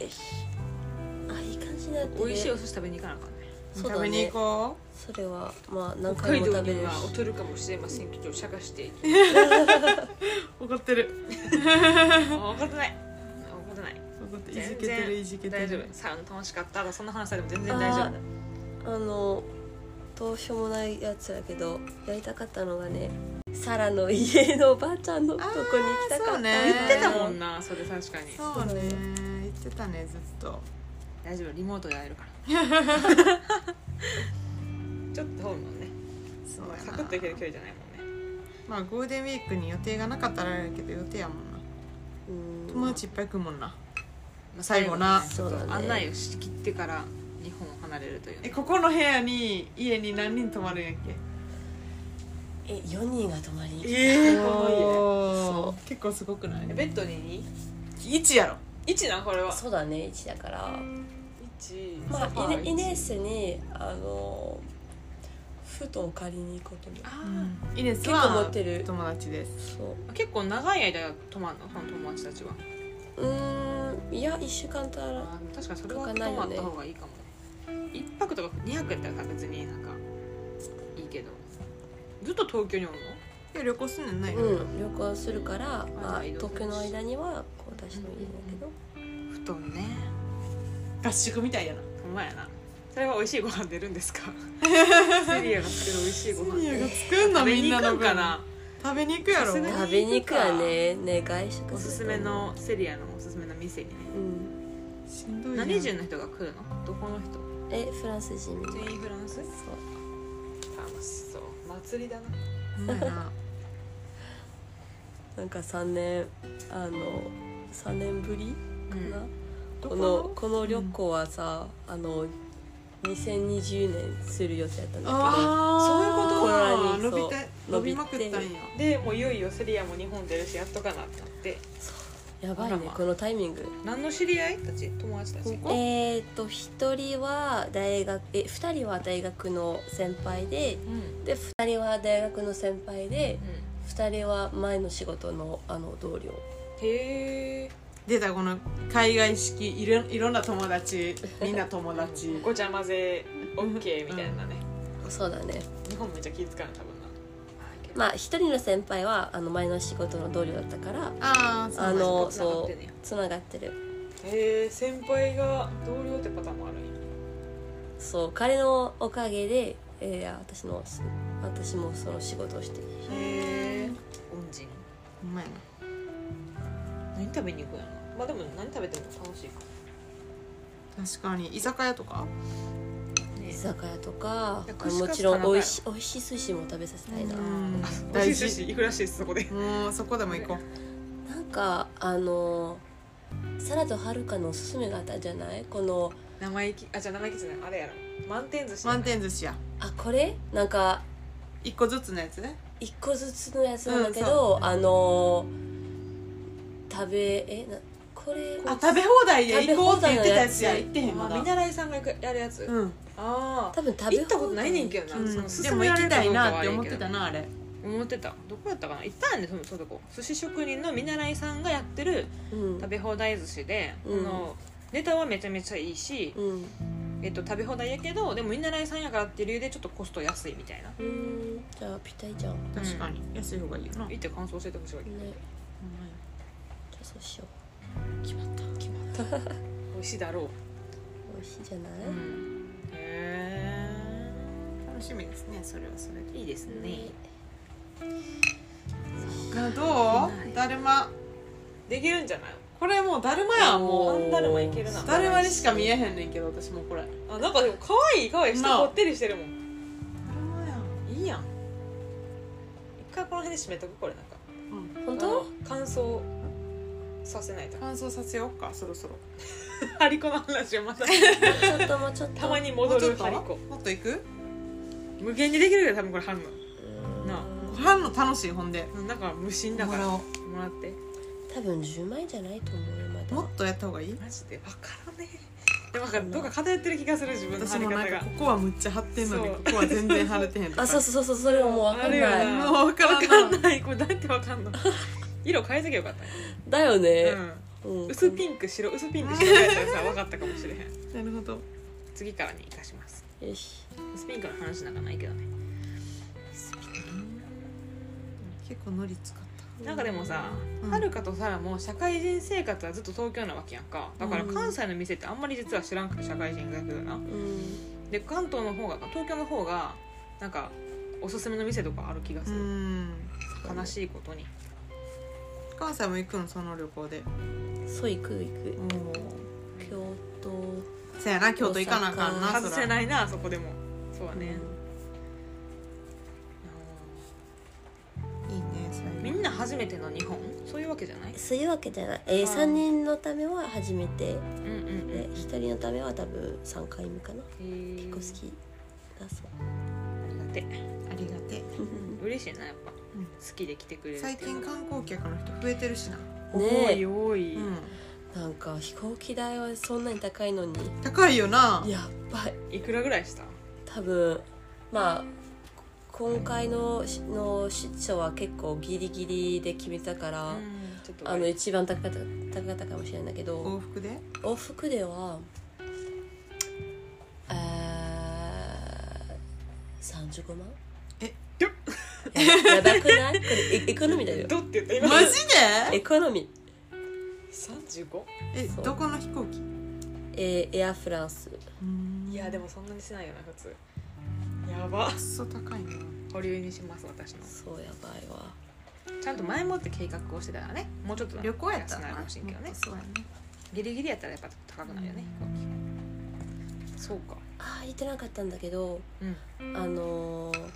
S3: しあいい感じになってる
S1: 美味しいお寿司食べに行かなあかんね
S3: そう
S2: 食
S3: だ
S2: べに
S3: ね
S2: 行こ
S3: それはまあ何
S1: 北海
S3: 回
S1: 道
S3: も食べ
S1: に
S3: る
S1: は
S3: し
S1: 劣るかもしれませんけど探して (laughs)
S2: う怒ってる
S1: 怒ってない怒ってない
S2: 怒っていじ
S1: 全
S2: けてる
S1: 然
S2: いじけて
S1: 大
S2: る
S1: 丈夫サラの楽しかったそんな話されても全然大丈夫
S3: あのどうしようもないやつだけどやりたかったのがねサラの家のおばあちゃんのとこに行きたかった
S2: あーそうね
S1: 言ってたもんなそれ確かに
S2: そうね言ってたねずっと
S1: 大丈夫リモートで会える (laughs) からちょっとホームのね
S2: そうやな
S1: サクッといける距離じゃないもんね
S2: まあゴールデンウィークに予定がなかったらあれやけど予定やもんな
S3: うん
S2: 友達いっぱい来るもんな
S1: まあ
S2: 最後な
S1: ちょっと
S3: そうだね
S1: 案内をしきってから日本を離れるという
S2: え
S1: ね
S2: ここの部屋に家に何人泊まるんやっけ
S3: え4人が泊まりに来た
S2: ええ
S1: この家
S3: そ
S2: 結構すごくない
S1: えベッドに
S2: 1やろ
S1: 2?1 なこれは
S3: そうだね1だから
S1: 1
S3: ま
S1: ソフ
S3: あイ
S1: ァー
S3: ネイネーセにあの布団借りに行こうと思う
S1: あ
S2: イネス
S3: 結構持
S2: は
S3: ってる
S2: 友達です
S3: そ
S1: ー結構長い間泊まんのその友達たちは
S3: ううーんいや1週間たら
S1: あー確かにそれは
S3: 書
S1: 泊
S3: かない
S1: ま
S3: よ
S1: っ
S3: ね
S1: た方がいいかもね1泊とか2泊やったらさ別になんかいいけどずっと東京におるの
S2: いや旅行すんねんない、
S3: うん旅行するから、まあ、
S1: 移動する
S3: 東
S1: し
S3: 京の間にはこう私の家だけど
S1: 布団ね
S2: 合宿みたいやな
S1: ほんまやなそれは美味しいご飯出るん (laughs) ですかセリアが作る美味しいご飯
S2: いや作んの
S1: 食べ
S2: み
S1: に
S2: んな
S1: 行く
S2: の
S1: ん
S2: 分
S1: かな
S2: 食べに行くやろ
S1: さすがに
S3: 食べに行くわねね外食すると
S1: おすすめのセリアのおすすめの店にね
S3: うん
S2: しんどいな
S1: 何人の人が来るのどこの人
S3: えフランス人みたいな
S1: 全員フランス
S3: そう
S1: 楽しそう祭りだな
S2: ほんまやな
S3: なんか3年あの3年ぶりかな、
S2: ど
S3: こ
S2: こ
S3: の
S2: の
S3: この旅行はさ、あの2020年する予定だったんだけど
S2: あー
S3: そういうことか
S2: コロナに伸びて
S3: そう
S2: 伸びまくったんや
S1: でもういよいよセリアも日本出るしやっとかなってなって
S3: やばいね
S1: あらま
S3: このタイミング
S1: 何の知り合いたち友達たち
S2: 高校
S3: えーっと1人は大学え2人は大学の先輩で
S1: うん
S3: で2人は大学の先輩で2人は前の仕事のあの同僚
S1: へえ
S2: 出たこの海外式いろいろんな友達みんな友達
S1: ごちゃ混ぜ OK みたいなね、
S3: そうだね
S1: 日本めっちゃ気使うの多分な
S3: まあ1人の先輩はあの前の仕事の同僚だったから
S2: ああそう
S3: あ
S2: なんだ
S3: の
S1: つながっ
S3: そ
S1: て
S3: うん
S1: ねや
S3: つながってる
S1: へえ先輩が同僚ってパターンもあるんや
S3: そう彼のおかげで、えー私のす私もその仕事をしてる
S1: へえ恩人
S2: うまいな
S1: 何食べに行くんやろなまあでも何食べても楽しいか
S2: 確かに居酒屋と
S1: も
S2: か
S1: ね
S3: 居酒屋とか
S1: いや
S3: あの
S1: 串カツ
S3: もちろん
S1: 田中
S3: 美味し美味しい寿司も食べさせたいな、
S2: うん
S1: 美
S2: 大
S1: 味しい寿
S2: 事
S1: 司行くらしいですそこで
S2: もうそこでも行こう
S3: なんかあのサラとはるかのおすすめがあったじゃないこの
S1: 生意気あじゃあ生意気じゃないあれやろ満点寿司
S2: 満点寿司や
S3: あこれなんか
S2: 一個ずつのやつね
S3: 一個ずつのやつなんだけ
S2: う
S3: ど、あの食べえなこれ
S2: あ食べ放題や
S3: 食べ
S2: 行こう
S3: 放
S2: って言っ
S3: 題の
S2: てた
S3: や
S2: や
S3: つ
S2: つや行ってへんま
S1: あ見
S2: だ
S1: 習いさんがやるやつ、
S2: うん
S1: ああ
S3: 多分食べ
S1: 行ったことないねんけどな、
S2: うん
S1: その勧
S2: でも
S1: め
S2: 行
S1: られ
S2: き
S1: るか
S2: た
S1: ど
S2: いう
S1: かは
S2: なっ
S1: あ
S2: て
S1: れや
S2: 思っ
S1: け
S2: て
S1: ど
S2: たなあれ
S1: 思ってたどこやったかな行ったんでそのそうとこ寿司職人の見習いさんがやってる
S3: うん
S1: 食べ放題寿司で、
S3: うん
S1: あのネタはめちゃめちゃいいし、
S3: うん
S1: えっと、食べ放題やけどでも見習いさんやからっていう理由でちょっとコスト安いみたいな
S3: うんじゃあぴったりじゃんね
S2: 確かに安い方がいいよな
S1: 行って感想教えてほしいわけ
S3: じゃあそうしよう
S2: 決まった決まっ
S1: 美味しいだろ
S3: 美味しいじゃな
S1: う、
S3: い、
S1: うん、へ
S2: た楽しみですねそれはそれで
S1: えいいですね
S2: などうだるま
S1: できるんじゃない
S2: これもうだるまやん
S1: あ
S2: も
S1: ん
S2: う
S1: だるまいけるな
S2: だるまにしか見えへんねんけど私もこれだる
S1: あなんかでも可愛い可愛い
S2: な
S1: 下
S2: あ
S1: こってりしてるもん
S2: まやん
S1: いいやん一回この辺で締めとくこれなんか
S3: 本当
S1: あの乾燥させないと
S2: 乾燥させようかそろそろ
S1: ハリコの話をまた
S3: ちょっともうちょっと
S1: たまに
S2: も
S1: 戻
S2: うちょっ
S1: る
S2: と
S1: ハリコ
S2: もっといく
S1: 無限にできるよ多分これハム
S3: うん
S1: な
S2: ご飯の楽しいほんで
S1: なんか無心だ
S2: だ
S1: か
S2: からら
S1: も
S2: も
S1: らって
S3: 多分10枚じゃないと思うよまだ
S2: っとやった方がいい
S1: マジで分からねえでもなんかどっか偏ってる気がする自分の
S2: 私
S1: 貼り
S2: もなん
S1: 方
S2: か
S1: が
S2: ここはむっちゃ張ってんのに
S1: そう
S2: ここは全然張れてへんとか
S3: あそうそうそうそうそれはもう分か
S1: ある
S3: ん
S1: よ
S3: ない
S1: な
S2: もう分からん
S1: 分
S2: な
S1: かんないこれだって分かん (laughs) ない色変えときゃよかったね
S3: だよね、う
S1: うんん、薄ピンク白薄ピンク白やったらさ分かったかもしれへん
S2: なるほど
S1: 次からに生かします
S3: よし
S1: 薄ピンクの話なんかないけどね
S2: 結構のり使った
S1: なんかでもさ
S2: うん
S1: はるかとさらも社会人生活はずっと東京なわけやんかだから
S3: うん
S1: 関西の店ってあんまり実は知らんくて社会人だけどな
S3: うん
S1: で関東の方が東京の方がなんかおすすめの店とかある気が
S2: う
S1: する、
S2: ん
S1: 悲しいことに
S2: 関西も行くのその旅行で
S3: そう行く行く京都
S2: せやな京都行かなあかんな
S1: 外せ
S2: い
S1: ないなそこでもそうだね、
S2: いいねそれ
S1: みんな初めての日本そういうわけじゃない
S3: そういうわけじゃない、えー、
S1: あー
S3: 3人のためは初めて
S1: うんうんうん
S3: で1人のためは多分3回目かな
S1: 結
S3: 結構好きだそ
S1: だって
S2: ありがてえ
S3: う
S1: 嬉しいなやっぱ、
S2: うん
S1: 好きで来てくれるって
S2: 最近観光客の人増えてるしな
S1: 多い
S3: ね
S1: 多い、
S3: えなんか飛行機代はそんなに高いのに
S2: 高いよな
S3: やっばい
S1: いくらぐらいした
S3: 多分まあこ今回のしの出張は結構ギリギリで決めたから、
S1: うんちょっと
S3: あの一番高かった高かったかもしれないけど、
S2: 往復で
S3: 往復ではえー、35万
S2: え
S1: よっ
S3: ややばくないこれエエコノミーだよ
S1: どって言った今
S2: マジ
S3: エ
S2: で
S3: コノミ
S1: 35?
S3: ー、
S2: え
S3: そう
S2: どこの飛行機
S3: えーエアフランス
S1: いやでもそんなにしないよな普通やば
S2: くっそ高いな
S1: 保留にします私の
S3: そうやばいわ
S1: ちゃんと前もって計画をしてたらねもうちょっと
S2: 旅行やった
S1: ら
S2: ら
S1: な
S2: な
S1: もしんけどね
S2: もっとそうやね
S1: ギリギリやったらやっぱ高くなるよね飛行機そうか
S3: あー言ってなかったんだけど
S1: うん
S3: あのー
S1: なん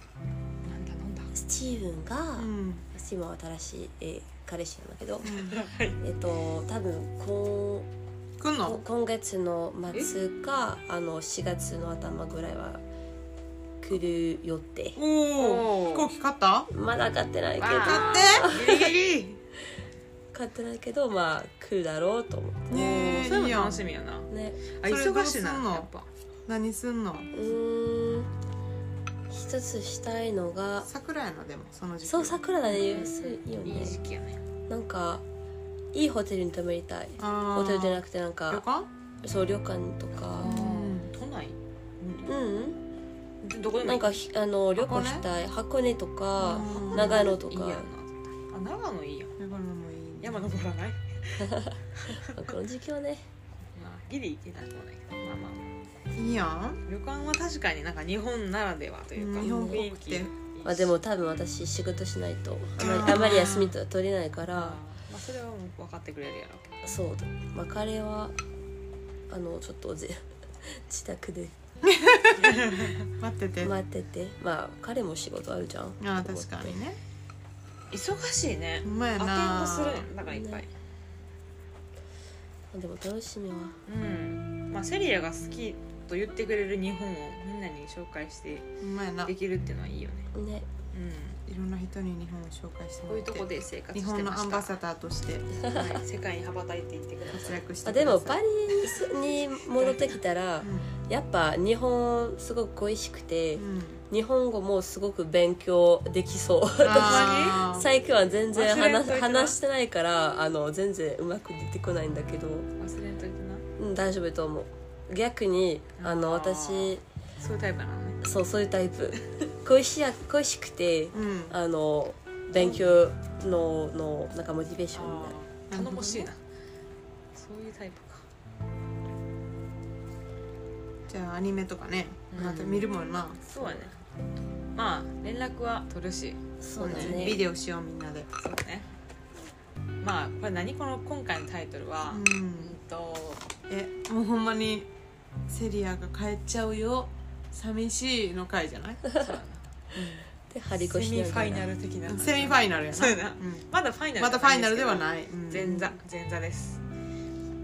S1: だなんだ
S3: スティーブンが、
S2: うん
S3: 今は新しい、えー彼氏なんだけど
S1: はい
S3: えっと多分こん
S2: 来ん
S3: こ
S2: の
S3: 今月の末かあの4月の頭ぐらいは来る予定
S2: おお
S1: おー
S2: 飛行機買った
S3: まだ買ってないけど
S1: わ
S2: 買っ
S1: ギ
S2: て
S1: リギリ
S3: 買ってないけどまあ来るだろうと思っ
S2: ねえ
S1: それも
S2: いいやん
S1: 楽しみやな
S3: てね
S1: あ
S2: それ
S1: 忙しいな
S2: どうすんの
S1: やっぱ
S2: 何すんの
S3: うーん一つしたいのが
S2: 桜やなでもその時期
S3: そう桜だね安いよ
S1: いい
S3: ね
S1: 時期やね
S3: なんかいいホテルに泊まりたいホ
S2: ホ
S3: テルじゃな
S2: く
S3: くてなん
S2: 旅
S3: か
S2: 館
S3: そう旅館とか
S2: ん
S1: 都内
S3: ううん
S1: どこでも
S3: ないん
S1: い
S3: かひあの旅行したい箱根とか
S2: うん
S3: 長野と
S1: いいやんな
S3: か
S1: あ長野いいやん
S2: 旅館もいいね
S1: 山登らない
S3: まあこの時期はね
S1: まあギリ行けないと思うねんけどまあまあ
S2: いいやん
S1: 旅館は確かになんか日本ならではというか
S2: 日本っぽ
S1: 雰囲
S2: く
S1: 気いい
S2: て
S1: し
S3: まあでも多分私仕事しないとあ
S2: あ
S3: まり
S2: ー
S3: あまり休みと取れないか
S1: あ
S3: ら
S1: ーまあそれはもう分かってくれるやろうけど
S3: そうだ、まあ、カレーはあのちょっとぜ (laughs) 自宅で
S2: 待ってて
S3: 待っててまあ彼も仕事あるじゃん
S2: あ
S3: と思っ
S2: 確
S3: て
S2: かにね
S1: 忙しいね
S2: ほんまや
S1: アテン
S2: な
S1: ドするやんだからいっぱい
S3: まあでも楽しみは
S1: うんまあセリアが好きと言ってくれる日本をみんなに紹介して
S2: ほんまやない
S1: できるっていうのはいいよね
S3: ね
S1: うん
S2: ろんな人に日本を紹介しても
S1: こう
S2: ら
S1: い
S2: っ
S1: うとこ
S2: て
S1: で生活
S2: 日
S1: して
S2: 本
S1: ま
S2: のアン
S1: した
S2: バサダーとして
S1: はい (laughs) 世界に羽ばたいていってくだ
S2: 活
S1: さい
S2: 躍して
S3: あ
S2: くだ
S3: で
S2: さい
S3: もパリに戻ってきたらやっぱ日本すごく恋しくて
S2: うんうん
S3: 日本語もすごく勉強でき
S1: (laughs)
S3: そう
S2: あー
S3: 最近は全然
S1: 忘れん
S3: 話
S1: といてな
S3: 話してないからあの全然うまく出てこないんだけど、
S1: 忘れんといてな
S3: うん、大丈夫と思う逆にあの
S1: あー
S3: 私
S1: そういうタイプなのね
S3: そうそういうタイプ恋しや恋しくて
S2: うん
S3: あの勉強ののなんかモチベーションになる
S1: あー頼もしいなそういうタイプか
S2: じゃあアニメとかね
S1: うん
S2: また見るもんな
S1: そうやねまあ連絡は取るし
S3: そうだ
S2: ビ
S3: ね
S2: デオしようみんなで
S1: そうねまあこれ何この今回のタイトルは、
S2: う
S1: うんんと
S2: えもうほんまにセリアが帰っちゃうよ寂しいの回じゃない
S1: そうやな
S3: で張り越し
S1: セミファイ
S3: な
S1: ナ
S3: がら
S1: ル的な
S2: セミファイナルやな
S1: そうやな
S2: うん
S1: まだファイナル
S2: またファイナルでは
S1: ない
S2: ないうん
S1: ですけど前座前座です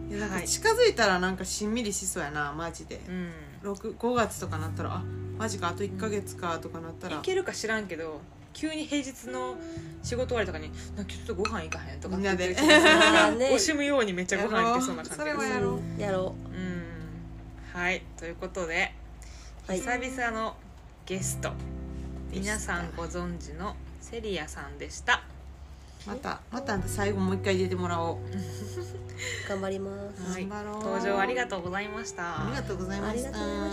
S2: いやなんか
S1: はい
S2: 近づいたらなんかしんみりしそうやなマジで
S1: うん
S2: 六5月とかなったらあマジかあと1か月かとかなったら
S1: 行けるか知らんけど急に平日の仕事終わりとかに「なんかちょっとご飯行かへん」とかって言ってる人
S2: みんなで
S1: が
S3: ね
S1: 惜しむようにめっちゃご飯行ってそうな感じ
S2: やろうそれはやろ
S3: やろ
S1: うんはいということで
S3: うはい
S1: 久々のゲスト
S2: でした
S1: 皆さんご存知のセリアさんでした
S2: またまた最後もう一回入れてもらおう
S3: 頑張ります
S1: はい
S2: 頑張ろう
S1: 登場ありがとうございました
S2: ありがとうございま
S3: あり
S2: し
S3: が
S2: た
S3: とうございました